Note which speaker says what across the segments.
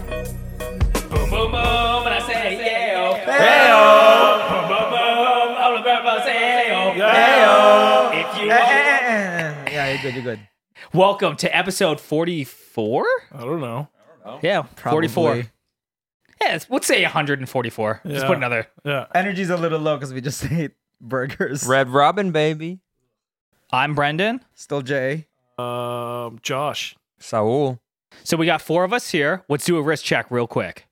Speaker 1: Boom, boom, boom, and I say, yeah.
Speaker 2: Hey-o.
Speaker 1: Boom, boom, boom, all the grandpa say, yeah.
Speaker 2: Hey-o.
Speaker 1: If you want-
Speaker 2: Yeah, you're good. You're good.
Speaker 1: Welcome to episode 44?
Speaker 3: I don't know.
Speaker 1: Yeah, 44.
Speaker 2: Probably.
Speaker 1: Yeah, let's, let's say 144. Just
Speaker 3: Yeah.
Speaker 1: put another.
Speaker 3: Yeah.
Speaker 2: Energy's a little low because we just ate burgers.
Speaker 4: Red Robin, baby.
Speaker 1: I'm Brendan.
Speaker 2: Still Jay.
Speaker 3: Um, Josh.
Speaker 4: Saul.
Speaker 1: So we got four of us here. Let's do a wrist check real quick.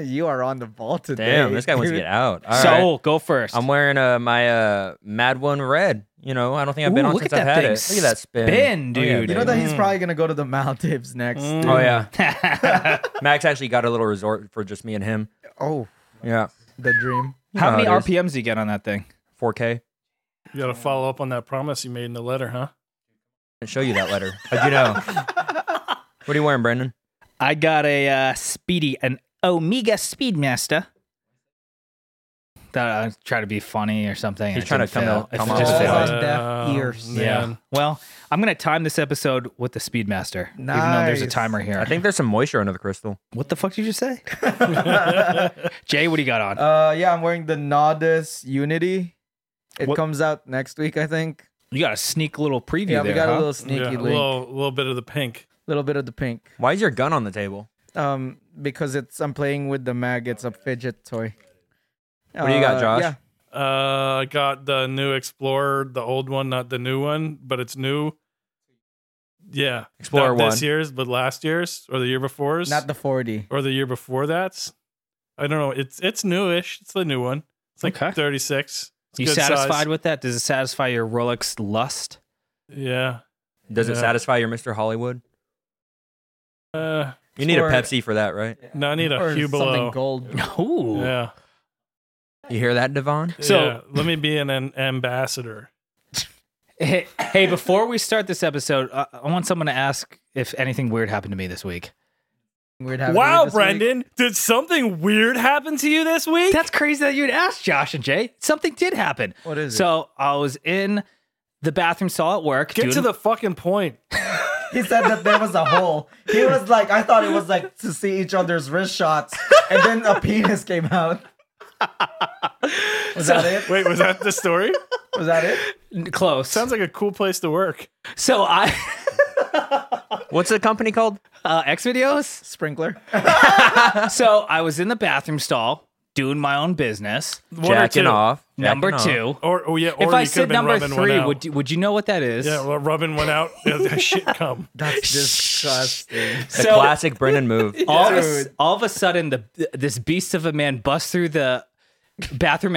Speaker 2: you are on the ball today.
Speaker 4: Damn, this guy wants to
Speaker 2: dude.
Speaker 4: get out. All
Speaker 1: Saul, go 1st
Speaker 4: I'm wearing uh, my uh, Mad One Red. You know, I don't think I've been
Speaker 1: Ooh,
Speaker 4: on
Speaker 1: look
Speaker 4: since
Speaker 1: at
Speaker 4: I've
Speaker 1: that
Speaker 4: had
Speaker 1: thing
Speaker 4: it. Look at that spin.
Speaker 1: spin,
Speaker 4: Oh, yeah,
Speaker 1: dude.
Speaker 2: You know that
Speaker 4: baby.
Speaker 2: he's probably gonna go to the Maldives next.
Speaker 3: Mm.
Speaker 2: dude.
Speaker 4: Oh, yeah.
Speaker 1: How
Speaker 4: Max actually got a little resort for just me and him.
Speaker 2: Oh,
Speaker 4: Yeah.
Speaker 2: the dream.
Speaker 4: You know
Speaker 1: many
Speaker 4: it is.
Speaker 1: RPMs do you get on that thing?
Speaker 4: 4K.
Speaker 3: You got to follow up on that promise you made in the letter, huh?
Speaker 4: I show you that letter. How'd you know? what are you wearing, Brendan?
Speaker 1: I got a uh, Speedy, an Omega Speedmaster. That I was trying to be funny or something. and
Speaker 4: He's
Speaker 1: it
Speaker 4: trying to
Speaker 1: didn't
Speaker 4: come
Speaker 1: fail.
Speaker 4: out-
Speaker 1: It
Speaker 4: come
Speaker 1: just
Speaker 4: out.
Speaker 1: failed.
Speaker 2: Uh, on deaf ears.
Speaker 1: Yeah.
Speaker 3: man.
Speaker 1: Well, I'm gonna time this episode with the Speedmaster, even though there's a
Speaker 2: Nice.
Speaker 1: timer here.
Speaker 4: I think there's some moisture under the crystal.
Speaker 1: What the fuck did you say? Jay, what do you got on?
Speaker 2: Uh, yeah, I'm wearing the Nodus Unity. It
Speaker 3: What-
Speaker 2: comes out next week, I think.
Speaker 1: you got a sneak little preview
Speaker 2: Yeah,
Speaker 1: there.
Speaker 2: we got
Speaker 1: huh?
Speaker 2: a little sneaky
Speaker 3: Yeah, a
Speaker 2: link,
Speaker 3: little, little bit of the pink.
Speaker 2: little bit of the pink.
Speaker 4: Why is your gun on the table?
Speaker 2: Um, because it's I'm playing with the mag. It's a fidget toy.
Speaker 4: What do you got, Josh?
Speaker 2: Yeah,
Speaker 3: Uh, I got the new Explorer, the old one, not the new one, but it's new. Yeah,
Speaker 4: Explorer
Speaker 3: not this
Speaker 4: one.
Speaker 3: year's, but last year's or the year before's,
Speaker 2: not the 40.
Speaker 3: or the year before that's. I don't know. It's it's newish. It's the new one. It's like
Speaker 1: Okay.
Speaker 3: 36. It's
Speaker 1: you
Speaker 3: good size.
Speaker 1: satisfied with that? Does it satisfy your Rolex lust?
Speaker 3: Yeah.
Speaker 4: Does it
Speaker 3: Yeah.
Speaker 4: satisfy your Mr. Hollywood?
Speaker 3: Uh,
Speaker 4: You need a
Speaker 2: Or-
Speaker 4: Pepsi for that, right?
Speaker 3: no, I need a
Speaker 2: or something
Speaker 3: Hublot.
Speaker 2: gold.
Speaker 1: Ooh.
Speaker 3: Yeah.
Speaker 4: You hear that, Devon?
Speaker 1: So-
Speaker 3: Yeah, let me be an, an ambassador.
Speaker 1: Hey, hey, before we start this episode, uh, I want someone to ask if anything weird happened to me this week.
Speaker 2: Weird happening
Speaker 3: wow,
Speaker 2: this week.
Speaker 3: Brendan, did something weird happen to you this week?
Speaker 1: That's crazy that you'd ask Josh and Jay. Something did happen.
Speaker 2: What is it?
Speaker 1: So I was in the bathroom stall at work.
Speaker 3: Get
Speaker 1: doing-
Speaker 3: to the fucking point.
Speaker 2: He said that there was a hole. He was like, I thought it was like to see each other's wrist shots, and then a penis came out. Was that it?
Speaker 3: Wait, was that the story?
Speaker 2: Was that it?
Speaker 1: close.
Speaker 3: Sounds like a cool place to work.
Speaker 1: so I
Speaker 4: What's the company called?
Speaker 1: uh, X videos.
Speaker 2: Sprinkler.
Speaker 1: So I was in the bathroom stall doing my own business.
Speaker 3: One or
Speaker 4: Jacking
Speaker 3: two.
Speaker 4: off. Jacking
Speaker 1: number
Speaker 4: off.
Speaker 1: two.
Speaker 3: Or oh yeah, or
Speaker 1: if
Speaker 3: you
Speaker 1: I
Speaker 3: could have
Speaker 1: said
Speaker 3: been
Speaker 1: number
Speaker 3: rubbing one
Speaker 1: three,
Speaker 3: out.
Speaker 1: would you- would you know what that is?
Speaker 3: yeah, well, rubbing one out. Yeah, that shit come.
Speaker 2: That's disgusting.
Speaker 4: The
Speaker 1: So-
Speaker 4: classic Brendan move.
Speaker 1: all of, a, s-
Speaker 2: Dude.
Speaker 1: all of a sudden, the this beast of a man busts through the bathroom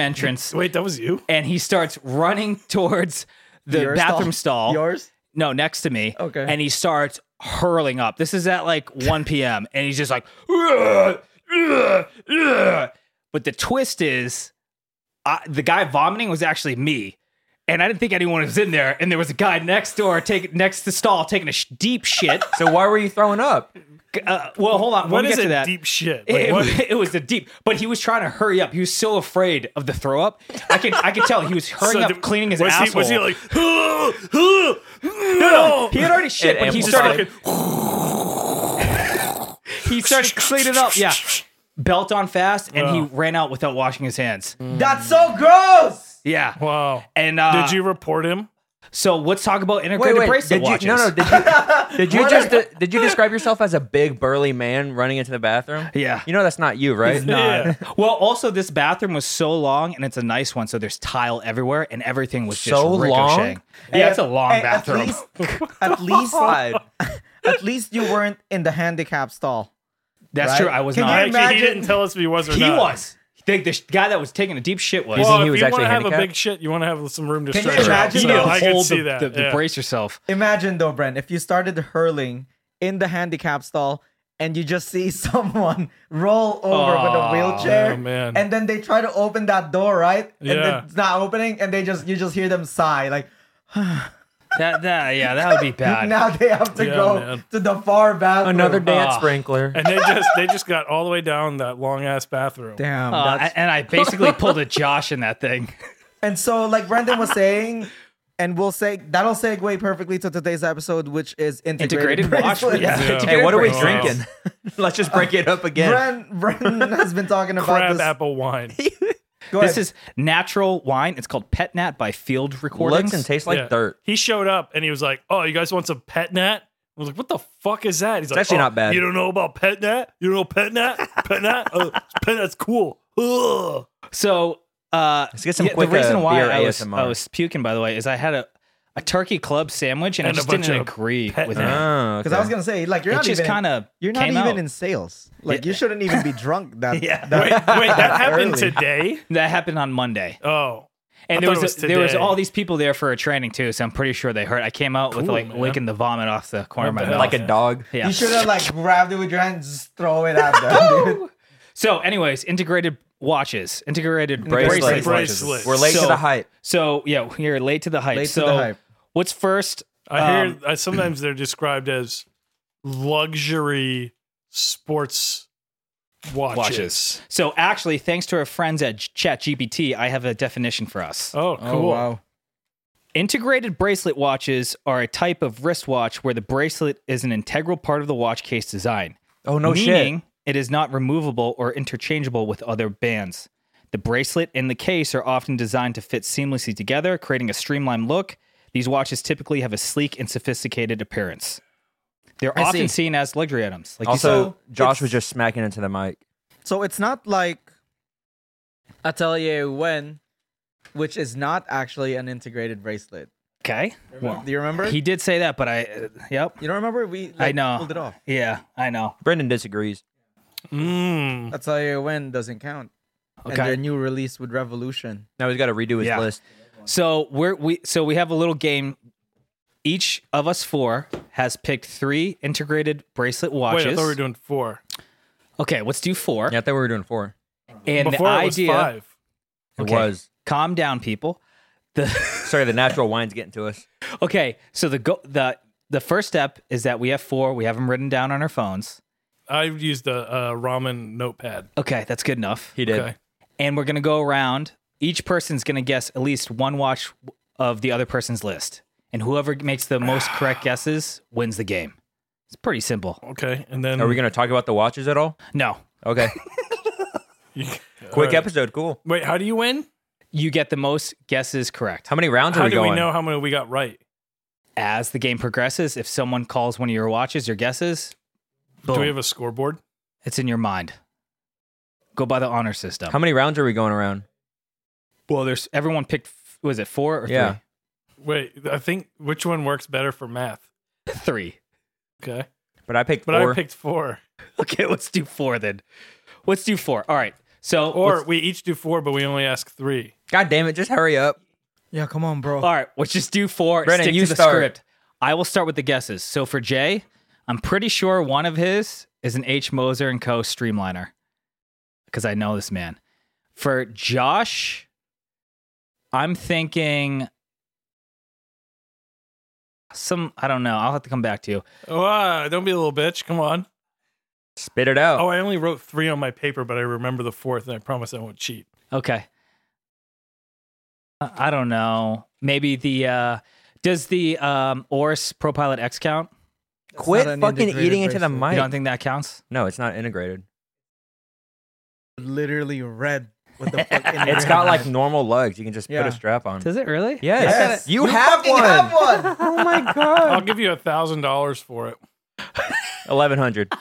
Speaker 1: entrance
Speaker 3: Wait, that was you.
Speaker 1: and he starts running towards the
Speaker 2: Your
Speaker 1: bathroom stall.
Speaker 2: Yours?
Speaker 1: No, next to me.
Speaker 2: Okay.
Speaker 1: And he starts hurling up. This is at like 1 p.m. and he's just like, "Ugh, ugh, ugh." but the twist is I, the guy vomiting was actually me. And I didn't think anyone was in there. And there was a guy next door, take, next to stall, taking a sh- deep shit.
Speaker 4: So why were you throwing up?
Speaker 1: Uh, well, hold on. when
Speaker 3: What
Speaker 1: we
Speaker 3: is
Speaker 1: get
Speaker 3: a
Speaker 1: to that,
Speaker 3: deep shit? Like,
Speaker 1: it,
Speaker 3: what-
Speaker 1: it was a deep, but he was trying to hurry up. He was so afraid of the throw up. I could I could tell he was hurrying
Speaker 3: so
Speaker 1: up,
Speaker 3: did-
Speaker 1: cleaning his
Speaker 3: was
Speaker 1: asshole.
Speaker 3: He, was he like? "Huh, huh, no,
Speaker 1: He had already shit,
Speaker 4: It
Speaker 1: but he
Speaker 4: amplified.
Speaker 1: started he started cleaning up. Yeah, belt on fast, and he
Speaker 3: Wow.
Speaker 1: ran out without washing his hands.
Speaker 2: That's so gross.
Speaker 1: Yeah,
Speaker 3: Wow.
Speaker 1: and uh,
Speaker 3: Did you report him?
Speaker 1: So let's talk about
Speaker 4: Wait,
Speaker 1: integrated
Speaker 4: wait.
Speaker 1: bracelet
Speaker 4: Did you,
Speaker 1: watches.
Speaker 4: no, no. Did you, did you just did you describe yourself as a big burly man running into the bathroom?
Speaker 1: Yeah.
Speaker 4: You know that's not you, right?
Speaker 3: Yeah.
Speaker 1: Well, also this bathroom was so long, and it's a nice one, so there's tile everywhere, and everything was just
Speaker 4: So long?
Speaker 1: ricocheting. Yeah, it's a
Speaker 2: And-
Speaker 1: long
Speaker 2: and
Speaker 1: bathroom.
Speaker 2: At least, at least,
Speaker 4: God.
Speaker 2: at least you weren't in the handicap stall.
Speaker 1: That's
Speaker 2: right?
Speaker 1: true. I was
Speaker 2: Can you
Speaker 1: not.
Speaker 3: Like,
Speaker 2: imagine-
Speaker 3: he didn't tell us if he was or
Speaker 1: He
Speaker 3: not.
Speaker 1: was. The, the sh- guy that was taking a deep shit was.
Speaker 4: Well,
Speaker 3: Well,
Speaker 4: he
Speaker 3: if
Speaker 4: was
Speaker 3: you
Speaker 4: actually
Speaker 3: want to have a
Speaker 4: handicapped?
Speaker 3: big shit, you want to have some room to
Speaker 2: Can you
Speaker 3: stretch out. So
Speaker 2: imagine
Speaker 1: you need
Speaker 2: though?
Speaker 1: to
Speaker 3: I can
Speaker 1: hold
Speaker 3: see
Speaker 1: the,
Speaker 3: that.
Speaker 1: the- the
Speaker 3: yeah.
Speaker 1: brace yourself.
Speaker 2: Imagine though, Brent, if you started hurling in the handicap stall and you just see someone roll over with a
Speaker 1: Aw,
Speaker 2: wheelchair,
Speaker 3: oh, man.
Speaker 2: and then they try to open that door, right? And
Speaker 3: Yeah.
Speaker 2: it's not opening, and they just you just hear them sigh, like
Speaker 1: That, that yeah, that would be bad.
Speaker 2: now they have to
Speaker 3: Yeah,
Speaker 2: go
Speaker 3: man.
Speaker 2: to the far bathroom.
Speaker 4: Another dance
Speaker 1: Ah.
Speaker 4: sprinkler.
Speaker 3: And they just they just got all the way down that long ass bathroom.
Speaker 2: Damn.
Speaker 1: Uh,
Speaker 2: that's-
Speaker 1: and I basically pulled a Josh in that thing.
Speaker 2: and so, like Brendan was saying, and we'll say that'll segue perfectly to today's episode, which is integrated,
Speaker 1: Integrated wash.
Speaker 2: bracelets.
Speaker 1: Yeah.
Speaker 3: Yeah.
Speaker 4: Hey,
Speaker 1: Integrated
Speaker 4: what are we
Speaker 1: bracelets.
Speaker 3: Wow.
Speaker 4: drinking? Let's just break it up again.
Speaker 2: Bren, Brendan has been talking about
Speaker 3: Crab
Speaker 2: this.
Speaker 3: apple wine.
Speaker 2: Go
Speaker 1: This
Speaker 2: ahead.
Speaker 1: is natural wine. It's called Pet Nat by Field Recordings.
Speaker 4: Looks and tastes
Speaker 3: Yeah.
Speaker 4: like dirt.
Speaker 3: He showed up and he was like, "Oh, you guys want some pet nat?" I was like, "What the fuck is that?" He's like,
Speaker 4: actually
Speaker 3: "Oh,
Speaker 4: not bad."
Speaker 3: You don't know about pet nat? You don't know pet nat? pet nat? Oh, pet nat's cool. Ugh.
Speaker 1: So uh,
Speaker 4: Let's get some
Speaker 1: yeah,
Speaker 4: quick,
Speaker 1: the reason
Speaker 4: uh,
Speaker 1: why
Speaker 4: beer
Speaker 1: I was,
Speaker 4: ASMR.
Speaker 1: I was puking, by the way, is I had a, a turkey club sandwich and,
Speaker 3: And
Speaker 1: I
Speaker 3: a
Speaker 1: just
Speaker 3: bunch
Speaker 1: didn't
Speaker 3: of
Speaker 1: agree
Speaker 3: pet-
Speaker 1: with it.
Speaker 4: Oh,
Speaker 2: because I was gonna say, like, you're
Speaker 1: it
Speaker 2: not
Speaker 1: just
Speaker 2: even
Speaker 1: kind of
Speaker 2: you're not
Speaker 1: came
Speaker 2: even
Speaker 1: out.
Speaker 2: in sales. Like,
Speaker 1: Yeah.
Speaker 2: you shouldn't even be drunk. That
Speaker 1: Yeah.
Speaker 2: that-
Speaker 3: Wait, wait, that happened
Speaker 2: early.
Speaker 3: today?
Speaker 1: that happened on Monday,
Speaker 3: Oh,
Speaker 1: and
Speaker 3: I
Speaker 1: there
Speaker 3: thought
Speaker 1: was,
Speaker 3: it was
Speaker 1: there was
Speaker 3: today.
Speaker 1: all these people there for a training too. So I'm pretty sure they heard. I came out with
Speaker 3: Cool,
Speaker 1: like
Speaker 3: man.
Speaker 1: licking the vomit off the corner of my
Speaker 3: What the
Speaker 1: mouth.
Speaker 3: hell?
Speaker 4: like a dog.
Speaker 1: yeah.
Speaker 2: You should have like grabbed it with your hand, and just throw it at them. dude.
Speaker 1: So, anyways, integrated watches, integrated bracelets.
Speaker 4: Bracelets.
Speaker 3: Bracelets.
Speaker 4: We're late
Speaker 1: So-
Speaker 4: to the hype.
Speaker 1: So yeah, you're late to the hype.
Speaker 2: Late to
Speaker 1: so
Speaker 2: the hype.
Speaker 1: what's first?
Speaker 3: I
Speaker 1: Um,
Speaker 3: hear. I, sometimes they're described as luxury sports watches.
Speaker 1: Watches. So actually, thanks to our friends at ChatGPT, I have a definition for us.
Speaker 3: Oh, cool.
Speaker 2: Oh wow.
Speaker 1: Integrated bracelet watches are a type of wristwatch where the bracelet is an integral part of the watch case design.
Speaker 4: Oh no
Speaker 1: meaning
Speaker 4: shit.
Speaker 1: it is not removable or interchangeable with other bands. The bracelet and the case are often designed to fit seamlessly together, creating a streamlined look. These watches typically have a sleek and sophisticated appearance. They're
Speaker 2: I
Speaker 1: often
Speaker 2: see.
Speaker 1: seen as luxury items. Like you
Speaker 4: Also,
Speaker 1: said.
Speaker 4: Josh
Speaker 2: it's-
Speaker 4: was just smacking into the mic.
Speaker 2: So it's not like Atelier When, which is not actually an integrated bracelet.
Speaker 1: okay. Well,
Speaker 2: Do you remember?
Speaker 1: he did say that, but I, uh, yep.
Speaker 2: you don't remember? We like,
Speaker 1: I know.
Speaker 2: pulled it off.
Speaker 1: Yeah, I know.
Speaker 4: Brendan disagrees.
Speaker 3: Mm.
Speaker 2: Atelier When doesn't count. And
Speaker 1: Okay.
Speaker 2: their new release with Revolution.
Speaker 4: Now he's got to redo his
Speaker 1: Yeah.
Speaker 4: list.
Speaker 1: So we're we so we have a little game. Each of us four has picked three integrated bracelet watches.
Speaker 3: Wait, I thought we were doing four.
Speaker 1: okay, let's do four.
Speaker 4: Yeah, I thought we were doing four.
Speaker 1: And
Speaker 3: Before
Speaker 1: the
Speaker 3: it was
Speaker 1: idea
Speaker 3: five.
Speaker 4: It
Speaker 1: Okay.
Speaker 4: was.
Speaker 1: calm down people the
Speaker 4: Sorry, the natural wine's getting to us.
Speaker 1: okay so the go the the first step is that we have four we have them written down on our phones
Speaker 3: I used a, a ramen notepad.
Speaker 1: okay that's good enough
Speaker 4: He did.
Speaker 3: Okay.
Speaker 1: and we're gonna go around each person's gonna guess at least one watch of the other person's list and whoever makes the most correct guesses wins the game it's pretty simple
Speaker 3: Okay, and then
Speaker 4: Are we going to talk about the watches at all?
Speaker 1: no
Speaker 4: Okay. Quick
Speaker 3: Alright.
Speaker 4: episode. Cool.
Speaker 3: Wait, how do you win?
Speaker 1: you get the most guesses correct
Speaker 4: How many rounds
Speaker 3: How
Speaker 4: are we
Speaker 3: do
Speaker 4: going?
Speaker 3: we know how many we got right?
Speaker 1: as the game progresses if someone calls one of your watches your guesses
Speaker 3: Do
Speaker 1: boom,
Speaker 3: we have a scoreboard?
Speaker 1: it's in your mind go by the honor system
Speaker 4: How many rounds are we going around?
Speaker 1: Well, there's everyone picked. f- Was it four or
Speaker 4: Yeah.
Speaker 3: Wait, I think which one works better for math?
Speaker 1: three? Three.
Speaker 3: Okay,
Speaker 4: But I picked
Speaker 3: but
Speaker 4: four.
Speaker 3: I picked four.
Speaker 1: Okay, let's do four then. Let's do four. All right. So,
Speaker 3: Or
Speaker 1: let's-
Speaker 3: we each do four, but we only ask three.
Speaker 4: God damn it! Just hurry up.
Speaker 2: Yeah, come on, bro.
Speaker 1: all right, let's just do four.
Speaker 4: Brennan,
Speaker 1: stick
Speaker 4: you
Speaker 1: to the
Speaker 4: start.
Speaker 1: script. I will start with the guesses. So for Jay, I'm pretty sure one of his is an H Moser and Co. Streamliner because I know this man. For Josh, I'm thinking some. I don't know. I'll have to come back to you.
Speaker 3: Oh, don't be a little bitch. Come on.
Speaker 4: Spit it out.
Speaker 3: Oh, I only wrote three on my paper, but I remember the fourth, and I promise I won't cheat.
Speaker 1: Okay. I I don't know. Maybe the uh does the um Oris Pro Pilot X count?
Speaker 2: That's
Speaker 4: Quit
Speaker 2: not an
Speaker 4: fucking
Speaker 2: integrated
Speaker 4: eating into the
Speaker 2: bracelet.
Speaker 4: mic.
Speaker 1: You don't think that counts?
Speaker 4: No, it's not integrated.
Speaker 2: Literally red. What the fuck? in
Speaker 4: It's
Speaker 2: your
Speaker 4: got like
Speaker 2: hand.
Speaker 4: normal lugs. You can just
Speaker 2: Yeah.
Speaker 4: put a strap on.
Speaker 1: Does it really?
Speaker 4: Yes.
Speaker 2: Yes.
Speaker 4: You, have,
Speaker 2: fucking
Speaker 4: one.
Speaker 2: have one.
Speaker 4: Oh my god.
Speaker 3: I'll give you a thousand dollars for it.
Speaker 4: Eleven hundred.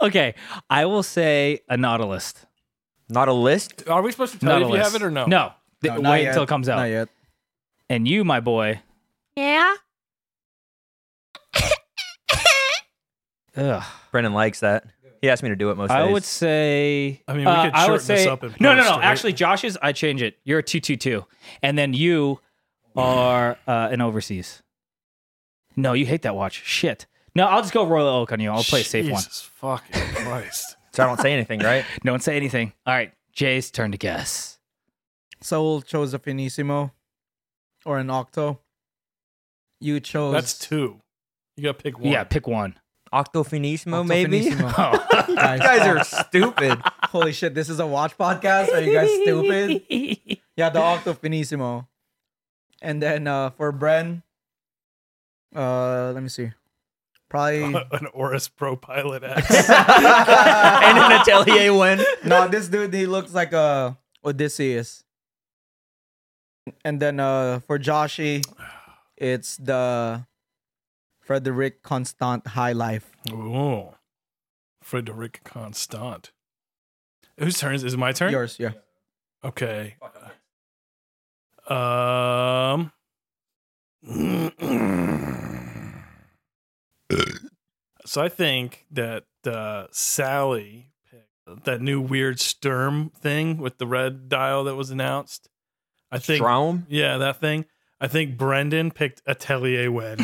Speaker 1: Okay. I will say a Nautilus.
Speaker 4: Not a list.
Speaker 3: Are we supposed to tell
Speaker 1: Nautilus.
Speaker 3: you if you have it or no?
Speaker 1: No. Th-
Speaker 2: not
Speaker 1: wait
Speaker 2: yet.
Speaker 1: until it comes
Speaker 2: Not
Speaker 1: out.
Speaker 2: yet.
Speaker 1: And you, my boy. Yeah. Ugh.
Speaker 4: Brendan likes that. He asked me to do it most
Speaker 1: I
Speaker 4: days.
Speaker 1: would say.
Speaker 3: I mean, we
Speaker 1: uh,
Speaker 3: could
Speaker 1: I would
Speaker 3: shorten this
Speaker 1: say-
Speaker 3: up in
Speaker 1: no, no,
Speaker 3: post,
Speaker 1: no.
Speaker 3: right?
Speaker 1: Actually, Josh's. I change it. You're a two two two, and then you are uh, an overseas. No, you hate that watch. Shit. No, I'll just go Royal Oak on you. I'll play a safe one.
Speaker 3: Jesus fucking Christ.
Speaker 4: so I don't say anything, right?
Speaker 1: No one say anything. All right, Jay's turn to guess.
Speaker 2: Soul chose a Finissimo or an Octo. you chose.
Speaker 3: That's two. You gotta pick one.
Speaker 1: Yeah, pick one.
Speaker 4: Octofinismo, maybe? you
Speaker 2: Octofinissimo.
Speaker 1: Oh.
Speaker 2: guys,
Speaker 4: guys are stupid.
Speaker 2: holy shit! This is a watch podcast. Are you guys stupid? yeah, the Octofinissimo. And then uh, for Bren, uh, let me see. Probably
Speaker 3: An Oris Pro Pilot X.
Speaker 4: and an Atelier win.
Speaker 2: no, this dude he looks like a Odysseus. And then uh for Joshi, it's the Frederick Constant High Life.
Speaker 3: Ooh. Frederick Constant. Whose turn is is it my turn?
Speaker 2: Yours, yeah.
Speaker 3: Okay. Um. so I think that uh, Sally picked that new weird Sturm thing with the red dial that was announced. I think,
Speaker 4: Strom?
Speaker 3: yeah, that thing. I think Brendan picked Atelier Wen.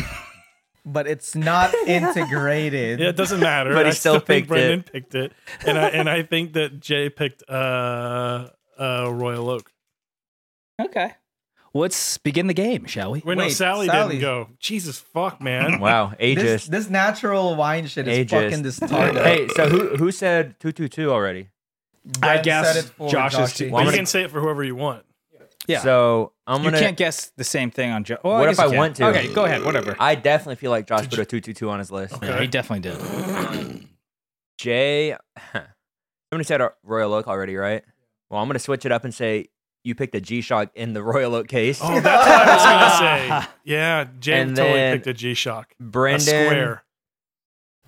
Speaker 2: But it's not integrated.
Speaker 3: Yeah, it doesn't matter.
Speaker 4: But he
Speaker 3: I
Speaker 4: still
Speaker 3: think
Speaker 4: picked
Speaker 3: Brendan picked it, and I and I think that Jay picked uh uh Royal Oak.
Speaker 1: okay. Let's begin the game, shall we?
Speaker 3: Wait, no,
Speaker 2: Wait,
Speaker 3: Sally,
Speaker 2: Sally.
Speaker 3: didn't go. Jesus fuck, man.
Speaker 4: Wow,
Speaker 2: This,
Speaker 4: ages.
Speaker 2: this natural wine shit is
Speaker 4: Ageist.
Speaker 2: fucking distorted.
Speaker 4: hey, so who who said 222 already?
Speaker 1: I
Speaker 2: Bren
Speaker 1: guess
Speaker 2: said it for
Speaker 1: Josh is
Speaker 2: Joshi.
Speaker 1: too-
Speaker 4: Well, I'm
Speaker 3: you
Speaker 4: gonna-
Speaker 3: can say it for whoever you want.
Speaker 1: Yeah.
Speaker 4: So I'm
Speaker 1: you
Speaker 4: gonna.
Speaker 1: can't guess the same thing on Joe. Well,
Speaker 4: What
Speaker 1: guess
Speaker 4: if I
Speaker 1: you can.
Speaker 4: want to?
Speaker 1: Okay, go ahead. Whatever.
Speaker 4: I definitely feel like Josh put a 222 on his list.
Speaker 1: Yeah, he definitely did.
Speaker 4: Jay, somebody said a Royal Oak already, right? Well, I'm gonna switch it up and say you picked a G-Shock in the Royal Oak case.
Speaker 3: Oh, that's what I was gonna say. Yeah, Jay
Speaker 4: And
Speaker 3: totally
Speaker 4: then
Speaker 3: picked a G Shock. A
Speaker 4: Brandon,
Speaker 3: square.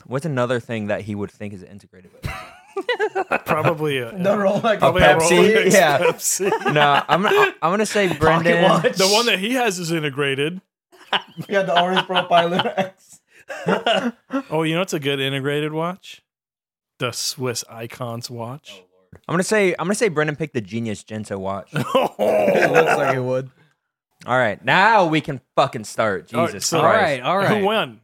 Speaker 4: what's another thing that he would think is integrated? With?
Speaker 3: Probably a
Speaker 2: The Rolex.
Speaker 3: probably
Speaker 4: A
Speaker 3: a
Speaker 4: Pepsi?
Speaker 3: Rolex
Speaker 4: Yeah.
Speaker 3: Pepsi.
Speaker 4: no, I'm gonna I'm gonna say Brendan.
Speaker 2: watch.
Speaker 3: The one that he has is integrated.
Speaker 2: yeah, the orange profiler X.
Speaker 3: Oh, you know it's a good integrated watch? The Swiss Icons watch.
Speaker 4: I'm gonna say I'm gonna say Brendan picked the Genius Gento watch.
Speaker 3: Oh,
Speaker 2: It looks like it would.
Speaker 4: All right, now we can fucking start.
Speaker 3: All right,
Speaker 4: Jesus
Speaker 3: so-
Speaker 1: all
Speaker 4: Christ.
Speaker 1: right, all right.
Speaker 3: Who won?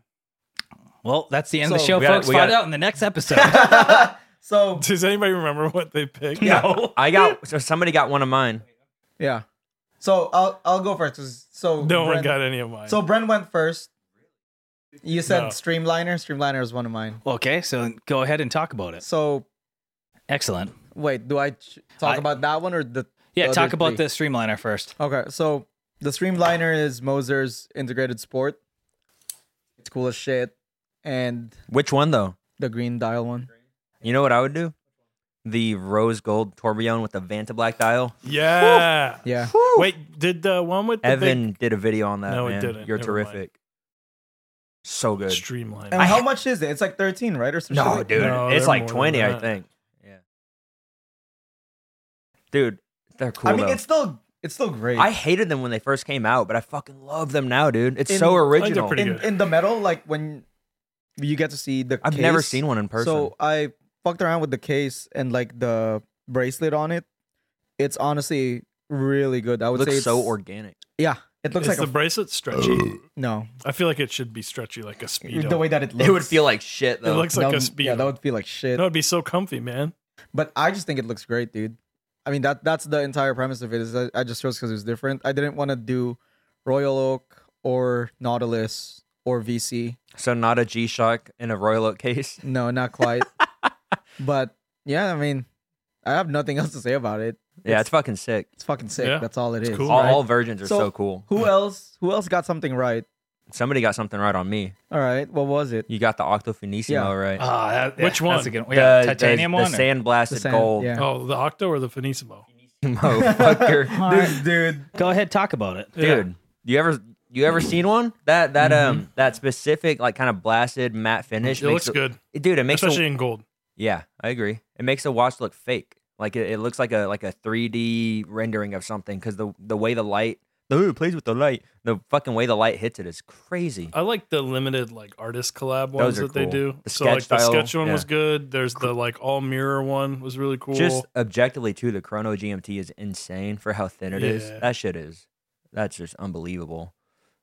Speaker 1: Well, that's the end of the
Speaker 2: So,
Speaker 1: show,
Speaker 4: we gotta-
Speaker 1: folks.
Speaker 4: we
Speaker 1: Find
Speaker 4: gotta-
Speaker 1: out in the next episode.
Speaker 2: So
Speaker 3: Does anybody remember what they picked?
Speaker 1: no.
Speaker 4: I got so somebody got one of mine.
Speaker 2: yeah. So I'll I'll go first. So
Speaker 3: No one
Speaker 2: Bren-
Speaker 3: got any of mine.
Speaker 2: So Bren went first. You said
Speaker 3: No.
Speaker 2: Streamliner. Streamliner is one of mine.
Speaker 1: Okay, so go ahead and talk about it.
Speaker 2: So
Speaker 1: Excellent.
Speaker 2: wait, do I ch- talk
Speaker 1: I-
Speaker 2: about that one or the?
Speaker 1: Yeah,
Speaker 2: the
Speaker 1: talk
Speaker 2: other
Speaker 1: about
Speaker 2: three?
Speaker 1: the streamliner first.
Speaker 2: Okay, so the Streamliner is Moser's integrated sport. It's cool as shit, and
Speaker 4: Which one though?
Speaker 2: the green dial one.
Speaker 4: You know what I would do? The rose gold tourbillon with the Vanta black dial.
Speaker 3: yeah.
Speaker 2: Yeah,
Speaker 3: Wait, did the one with the
Speaker 4: Evan did a video on that.
Speaker 3: No, it
Speaker 4: man.
Speaker 3: didn't.
Speaker 4: You're
Speaker 3: Never mind.
Speaker 4: terrific. So
Speaker 3: big
Speaker 4: good.
Speaker 3: streamline?
Speaker 2: and how much is it? It's like thirteen, right? Or some shit
Speaker 4: No,
Speaker 2: like-
Speaker 4: dude,
Speaker 3: No,
Speaker 4: it's
Speaker 3: they're
Speaker 4: like
Speaker 3: more than
Speaker 4: twenty, I
Speaker 3: that.
Speaker 4: think. Yeah, dude, they're cool.
Speaker 2: I mean,
Speaker 4: though.
Speaker 2: it's still it's still great.
Speaker 4: I hated them when they first came out, but I fucking love them now, dude. It's
Speaker 2: In-
Speaker 4: so
Speaker 3: they're
Speaker 4: original.
Speaker 3: pretty-
Speaker 2: in
Speaker 3: good.
Speaker 2: in the metal, like when you get to see the.
Speaker 4: I've never
Speaker 2: case,
Speaker 4: seen one in person.
Speaker 2: So I fucked around with the case and like the bracelet on it. It's honestly really good. I
Speaker 4: it
Speaker 2: would say
Speaker 4: looks
Speaker 2: it's,
Speaker 4: so organic.
Speaker 2: Yeah, it looks
Speaker 3: Is
Speaker 2: like
Speaker 3: the
Speaker 2: a
Speaker 3: bracelet stretchy?
Speaker 2: no.
Speaker 3: I feel like it should be stretchy like a speedo.
Speaker 2: The way that it looks,
Speaker 4: It would feel like shit
Speaker 3: it
Speaker 4: though.
Speaker 3: looks like
Speaker 2: That
Speaker 3: a
Speaker 2: would- Yeah,
Speaker 3: speedo.
Speaker 2: that would feel like shit.
Speaker 3: that would be so comfy, man.
Speaker 2: But I just think it looks great, dude. I mean, that that's the entire premise of it. Is I, I just chose because it was different. I didn't want to do Royal Oak or Nautilus or VC.
Speaker 4: so not a G Shock in a Royal Oak case.
Speaker 2: No, not quite. but yeah, I mean, I have nothing else to say about it.
Speaker 4: Yeah, it's, fucking sick.
Speaker 2: It's fucking sick.
Speaker 3: Yeah,
Speaker 2: that's all it
Speaker 3: it's
Speaker 2: is.
Speaker 3: cool.
Speaker 4: All,
Speaker 2: right?
Speaker 4: all versions are so,
Speaker 2: So-
Speaker 4: cool.
Speaker 2: Who else? Who else got something right?
Speaker 4: Somebody got something right on me.
Speaker 2: All right, what was it?
Speaker 4: You got the Octofinissimo
Speaker 2: Yeah.
Speaker 3: Oh,
Speaker 4: right.
Speaker 1: Ah, that- yeah,
Speaker 3: Which one?
Speaker 1: That's a good one. Yeah,
Speaker 4: the,
Speaker 1: titanium
Speaker 4: the,
Speaker 1: one.
Speaker 4: The
Speaker 1: or-
Speaker 4: sandblasted
Speaker 2: The sand-
Speaker 4: gold.
Speaker 2: yeah.
Speaker 3: Oh, the Octo or the Finissimo?
Speaker 4: Motherfucker.
Speaker 1: All right,
Speaker 2: dude.
Speaker 1: Go ahead, talk about it.
Speaker 4: Dude, you ever you ever seen one? That that
Speaker 2: Mm-hmm.
Speaker 4: um that specific like kind of blasted matte finish.
Speaker 3: It looks
Speaker 4: makes
Speaker 3: good,
Speaker 4: Dude, it makes
Speaker 3: especially
Speaker 4: the,
Speaker 3: in gold.
Speaker 4: Yeah, I agree. It makes the watch look fake. Like it, it looks like a like a 3D rendering of something because the the way the light ooh, it plays with the light, the fucking way the light hits it is crazy.
Speaker 3: I like the limited like artist collab ones
Speaker 4: Those are
Speaker 3: that they
Speaker 4: cool.
Speaker 3: do.
Speaker 4: The
Speaker 3: so
Speaker 4: sketch
Speaker 3: like the
Speaker 4: style,
Speaker 3: sketch one
Speaker 4: yeah.
Speaker 3: was good. There's the like all mirror one was really cool.
Speaker 4: Just objectively too, the Chrono GMT is insane for how thin it is.
Speaker 3: Yeah.
Speaker 4: That shit is. That's just unbelievable.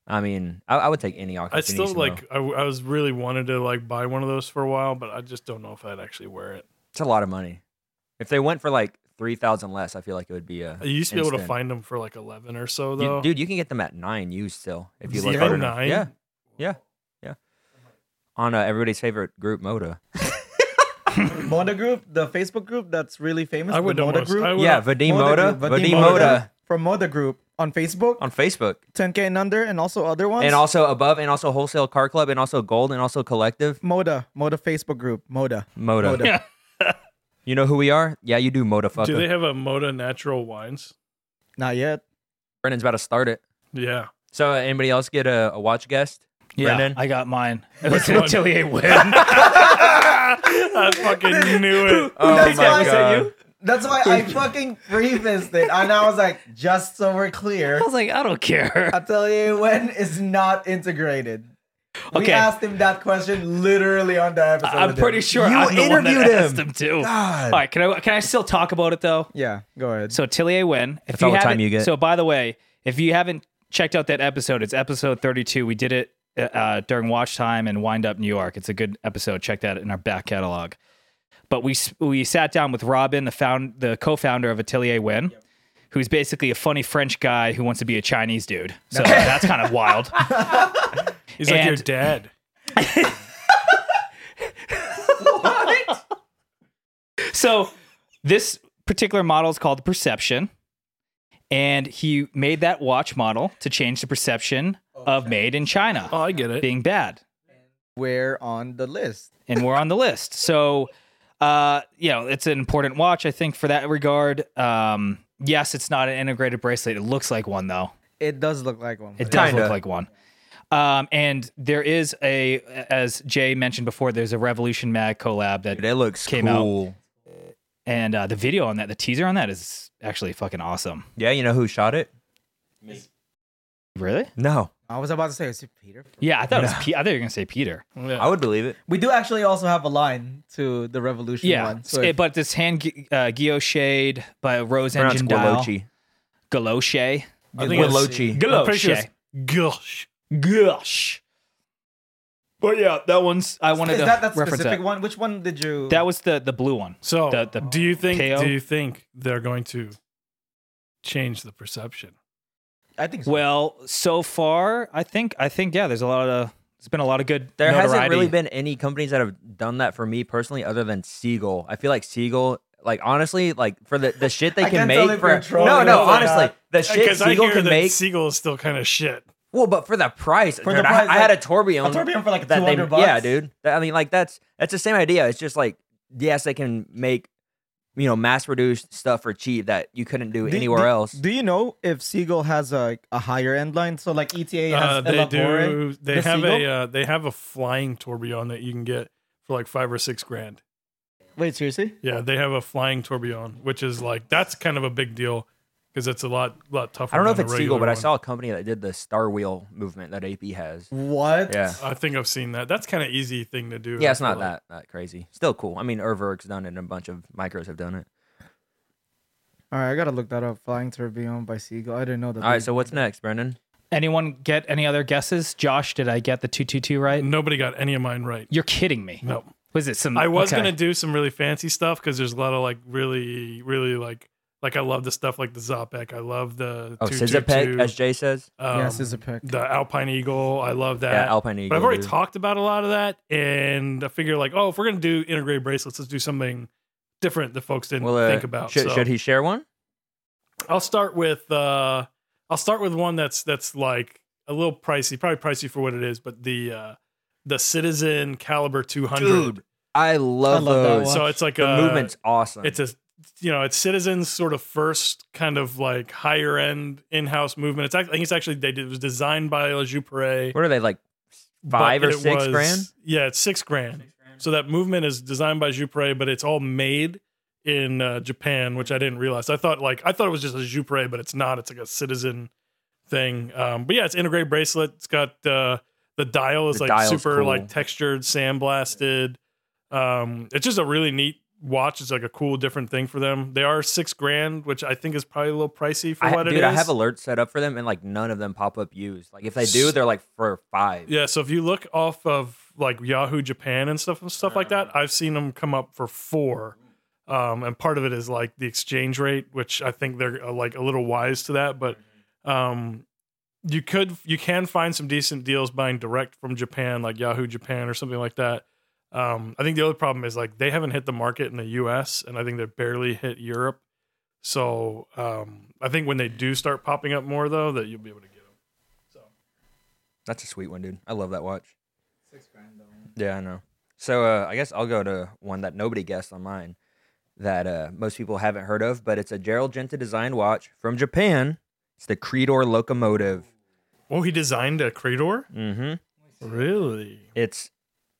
Speaker 4: I mean, I, I would take any Octo.
Speaker 3: I still like. I, I was really wanted to like buy one of those for a while, but I just don't know if I'd actually wear it.
Speaker 4: It's a lot of money. If they went for like three thousand less, I feel like it would be a.
Speaker 3: You used to be able to
Speaker 4: instant.
Speaker 3: find them for like eleven or so
Speaker 4: You-
Speaker 3: though.
Speaker 4: dude, you can get them at nine used still if you look
Speaker 3: Zero
Speaker 4: hard enough.
Speaker 3: nine?
Speaker 4: Yeah, yeah, yeah. On uh, everybody's favorite group, Moda.
Speaker 2: Moda group, the Facebook group that's really famous.
Speaker 3: I
Speaker 2: the
Speaker 3: would
Speaker 2: Moda
Speaker 3: almost.
Speaker 2: group.
Speaker 3: I would
Speaker 4: Yeah, Vadim Moda,
Speaker 2: Group,
Speaker 4: Vadim Moda
Speaker 2: From Moda group on Facebook,
Speaker 4: on Facebook,
Speaker 2: 10K and under, and also other ones.
Speaker 4: and also above, and also Wholesale Car Club, and also Gold, and also Collective
Speaker 2: Moda, Moda Facebook group, Moda.
Speaker 4: Moda.
Speaker 2: Moda.
Speaker 1: Yeah.
Speaker 4: You know who we are? Yeah, you do Moda.
Speaker 3: do
Speaker 4: Fucker.
Speaker 3: they have a Moda Natural Wines?
Speaker 2: Not yet.
Speaker 4: Brennan's about to start it.
Speaker 3: Yeah.
Speaker 4: So uh, anybody else get a, a watch guest?
Speaker 1: Yeah,
Speaker 4: Brendan?
Speaker 1: I got mine. It was
Speaker 3: one?
Speaker 1: Atelier Wynn.
Speaker 3: I fucking knew it.
Speaker 4: Oh
Speaker 2: That's
Speaker 4: my
Speaker 2: why I said
Speaker 4: God.
Speaker 2: you- That's why I fucking prefaced it, and I was like, just so we're clear,
Speaker 1: I was like, I don't care.
Speaker 2: Atelier Wen is not integrated. We
Speaker 1: Okay.
Speaker 2: asked him that question literally on the episode.
Speaker 1: I'm
Speaker 2: with
Speaker 1: pretty
Speaker 2: him.
Speaker 1: sure
Speaker 4: You
Speaker 1: I'm the one that
Speaker 4: interviewed him.
Speaker 1: asked him too.
Speaker 2: God.
Speaker 1: All right, can I can I still talk about it though?
Speaker 2: Yeah, go ahead.
Speaker 1: So Tillier Win. If
Speaker 4: That's all the time
Speaker 1: haven't-
Speaker 4: you get.
Speaker 1: So by the way, if you haven't checked out that episode, it's episode 32. We did it uh, uh, during watch time in Wind Up New York. It's a good episode. Check that in our back catalog. But we s- we sat down with Robin, the found the co-founder of Atelier Win. Who's basically a funny French guy who wants to be a Chinese dude. So that's kind of wild.
Speaker 3: He's like
Speaker 1: And-
Speaker 3: your dad.
Speaker 1: So this particular model is called the Perception, and he made that watch model to change the perception of made in China
Speaker 3: Oh, I get it.
Speaker 1: being bad,
Speaker 2: We're on the list.
Speaker 1: and we're on the list. So, uh, you know, it's an important watch, I think, for that regard. Um, yes, it's not an integrated bracelet. It looks like one though.
Speaker 2: It does look like one.
Speaker 1: It
Speaker 2: but
Speaker 1: does
Speaker 4: Kinda.
Speaker 1: look like one. Um, and there is a, as Jay mentioned before, there's a Revolution Mag collab that
Speaker 4: Dude, it looks
Speaker 1: Came out.
Speaker 4: cool.
Speaker 1: And uh, the video on that, the teaser on that is actually fucking awesome.
Speaker 4: Yeah, you know who shot it?
Speaker 1: Really?
Speaker 4: No,
Speaker 2: I was about to say, is it Peter?
Speaker 1: Yeah, I thought it was. Pe- I thought you were gonna say Peter.
Speaker 3: Yeah.
Speaker 4: I would believe it.
Speaker 2: We do actually also have a line to the Revolution
Speaker 1: Yeah,
Speaker 2: one. So
Speaker 1: it-
Speaker 2: if-
Speaker 1: but this hand gu- uh, Gio shade by Rose
Speaker 4: Pronounced
Speaker 1: Engine Dial.
Speaker 4: Gualochi.
Speaker 1: Galoche.
Speaker 3: I think it's-
Speaker 4: Gualochi.
Speaker 3: I'm pretty sure it's
Speaker 1: Galoche.
Speaker 3: Gosh.
Speaker 1: Gosh. But yeah, that one's. I wanted
Speaker 2: is
Speaker 1: to
Speaker 2: that that
Speaker 1: reference
Speaker 2: specific
Speaker 1: that.
Speaker 2: one? Which one did you?
Speaker 1: That was the the blue one.
Speaker 3: So,
Speaker 1: The- the
Speaker 3: do you think
Speaker 1: KO?
Speaker 3: do you think they're going to change the perception?
Speaker 2: I think so.
Speaker 1: Well, so far, I think I think yeah, there's a lot of. It's been a lot of good.
Speaker 4: There hasn't
Speaker 1: notoriety.
Speaker 4: really been any companies that have done that for me personally, other than Siegel. I feel like Siegel, like honestly, like for the, the shit they
Speaker 2: I
Speaker 4: can
Speaker 2: can't tell
Speaker 4: make
Speaker 2: if you're
Speaker 4: for
Speaker 2: trolling
Speaker 4: no,
Speaker 2: or
Speaker 4: no,
Speaker 2: not.
Speaker 4: honestly, the shit
Speaker 3: Because I
Speaker 4: Siegel
Speaker 3: hear
Speaker 4: can
Speaker 3: that
Speaker 4: make.
Speaker 3: Siegel is still kind of shit.
Speaker 4: well, but for the price,
Speaker 2: For
Speaker 4: dude,
Speaker 2: the
Speaker 4: I-
Speaker 2: price,
Speaker 4: I, had a
Speaker 2: like,
Speaker 4: Tourbillon.
Speaker 2: a Tourbillon for, like,
Speaker 4: that they-
Speaker 2: 200 bucks.
Speaker 4: Yeah, dude. That- I mean, like that's that's the same idea. It's just like yes, they can make you know mass produced stuff for cheap that you couldn't do,
Speaker 2: Do-
Speaker 4: anywhere
Speaker 2: do-
Speaker 4: else.
Speaker 2: Do you know if Siegel has a, a higher end line? So like ETA has
Speaker 3: Uh, they
Speaker 2: Elabore.
Speaker 3: do. They
Speaker 2: the
Speaker 3: have a
Speaker 2: Siegel?
Speaker 3: uh, they have a flying tourbillon that you can get for like five or six grand.
Speaker 2: Wait, seriously?
Speaker 3: Yeah, they have a flying tourbillon, which is like that's kind of a big deal because it's a lot lot tougher.
Speaker 4: I don't know if
Speaker 3: than a
Speaker 4: it's Siegel,
Speaker 3: regular
Speaker 4: but I
Speaker 3: one.
Speaker 4: saw a company that did the star wheel movement that AP has.
Speaker 2: What?
Speaker 4: Yeah.
Speaker 3: I think I've seen that. That's kind of easy thing to do.
Speaker 4: Yeah,
Speaker 3: I
Speaker 4: it's not
Speaker 3: feel like.
Speaker 4: that that crazy. Still cool. I mean, Urverg's done it, and a bunch of micros have done it.
Speaker 2: All right, I gotta look that up. Flying Tourbillon by Siegel. I didn't know that.
Speaker 4: All right, so what's next, Brendan?
Speaker 1: Anyone get any other guesses? Josh, did I get the two two two right?
Speaker 3: Nobody got any of mine right.
Speaker 1: You're kidding me.
Speaker 3: No,
Speaker 1: Was it some?
Speaker 3: I was
Speaker 1: okay.
Speaker 3: gonna do some really fancy stuff because there's a lot of like really, really like like I love the stuff like the Zopek. I love the
Speaker 4: Oh,
Speaker 3: two, two,
Speaker 4: Sizapec,
Speaker 3: two,
Speaker 4: as Jay says.
Speaker 3: um,
Speaker 2: yes, is a pick.
Speaker 3: the Alpine Eagle. I love that.
Speaker 4: Yeah, Alpine Eagle.
Speaker 3: But I've already
Speaker 4: dude.
Speaker 3: talked about a lot of that, and I figure like, oh, if we're gonna do integrated bracelets, let's do something different that folks didn't
Speaker 4: Well, uh,
Speaker 3: think about.
Speaker 4: Should,
Speaker 3: so
Speaker 4: should he share one?
Speaker 3: I'll start with uh, I'll start with one that's that's like a little pricey, probably pricey for what it is, but the uh, the Citizen Caliber 200.
Speaker 4: I love,
Speaker 2: I love that
Speaker 4: those.
Speaker 2: one.
Speaker 3: so it's like
Speaker 4: the
Speaker 3: a
Speaker 4: movement's awesome.
Speaker 3: It's a you know it's Citizen's sort of first kind of like higher end in house movement. It's act- I think it's actually they did, it was designed by Le Jupere.
Speaker 4: what are they like? Five
Speaker 3: but
Speaker 4: or
Speaker 3: it
Speaker 4: six
Speaker 3: was-
Speaker 4: grand?
Speaker 3: Yeah, it's six grand. So that movement is designed by Jupre, but it's all made in uh, Japan, which I didn't realize. I thought like I thought it was just a Jupre, but it's not. It's like a citizen thing. Um, but yeah, it's integrated bracelet. It's got uh, the dial is
Speaker 4: The
Speaker 3: like
Speaker 4: dial's
Speaker 3: super
Speaker 4: cool.
Speaker 3: like textured, sandblasted. Um, it's just a really neat watch. It's like a cool different thing for them. They are six grand, which I think is probably a little pricey for
Speaker 4: I,
Speaker 3: what
Speaker 4: dude,
Speaker 3: it is.
Speaker 4: I have alerts set up for them, and like none of them pop up used. Like if they do, they're like for five.
Speaker 3: Yeah, so if you look off of like Yahoo Japan and stuff and stuff like that, I've seen them come up for four. Um, and part of it is like the exchange rate, which I think they're uh, like a little wise to that. But um, you could you can find some decent deals buying direct from Japan, like Yahoo Japan or something like that. Um, I think the other problem is like they haven't hit the market in the U.S. and I think they barely hit Europe. So um, I think when they do start popping up more though, that you'll be able to get them.
Speaker 4: That's a sweet one, dude. I love that watch. Six grand though. Yeah, I know. So uh, I guess I'll go to one that nobody guessed on mine that uh, most people haven't heard of, but it's a Gerald Genta designed watch from Japan. It's the Credor Locomotive.
Speaker 3: Oh, he designed a Credor.
Speaker 4: Mm-hmm.
Speaker 3: Really?
Speaker 4: It's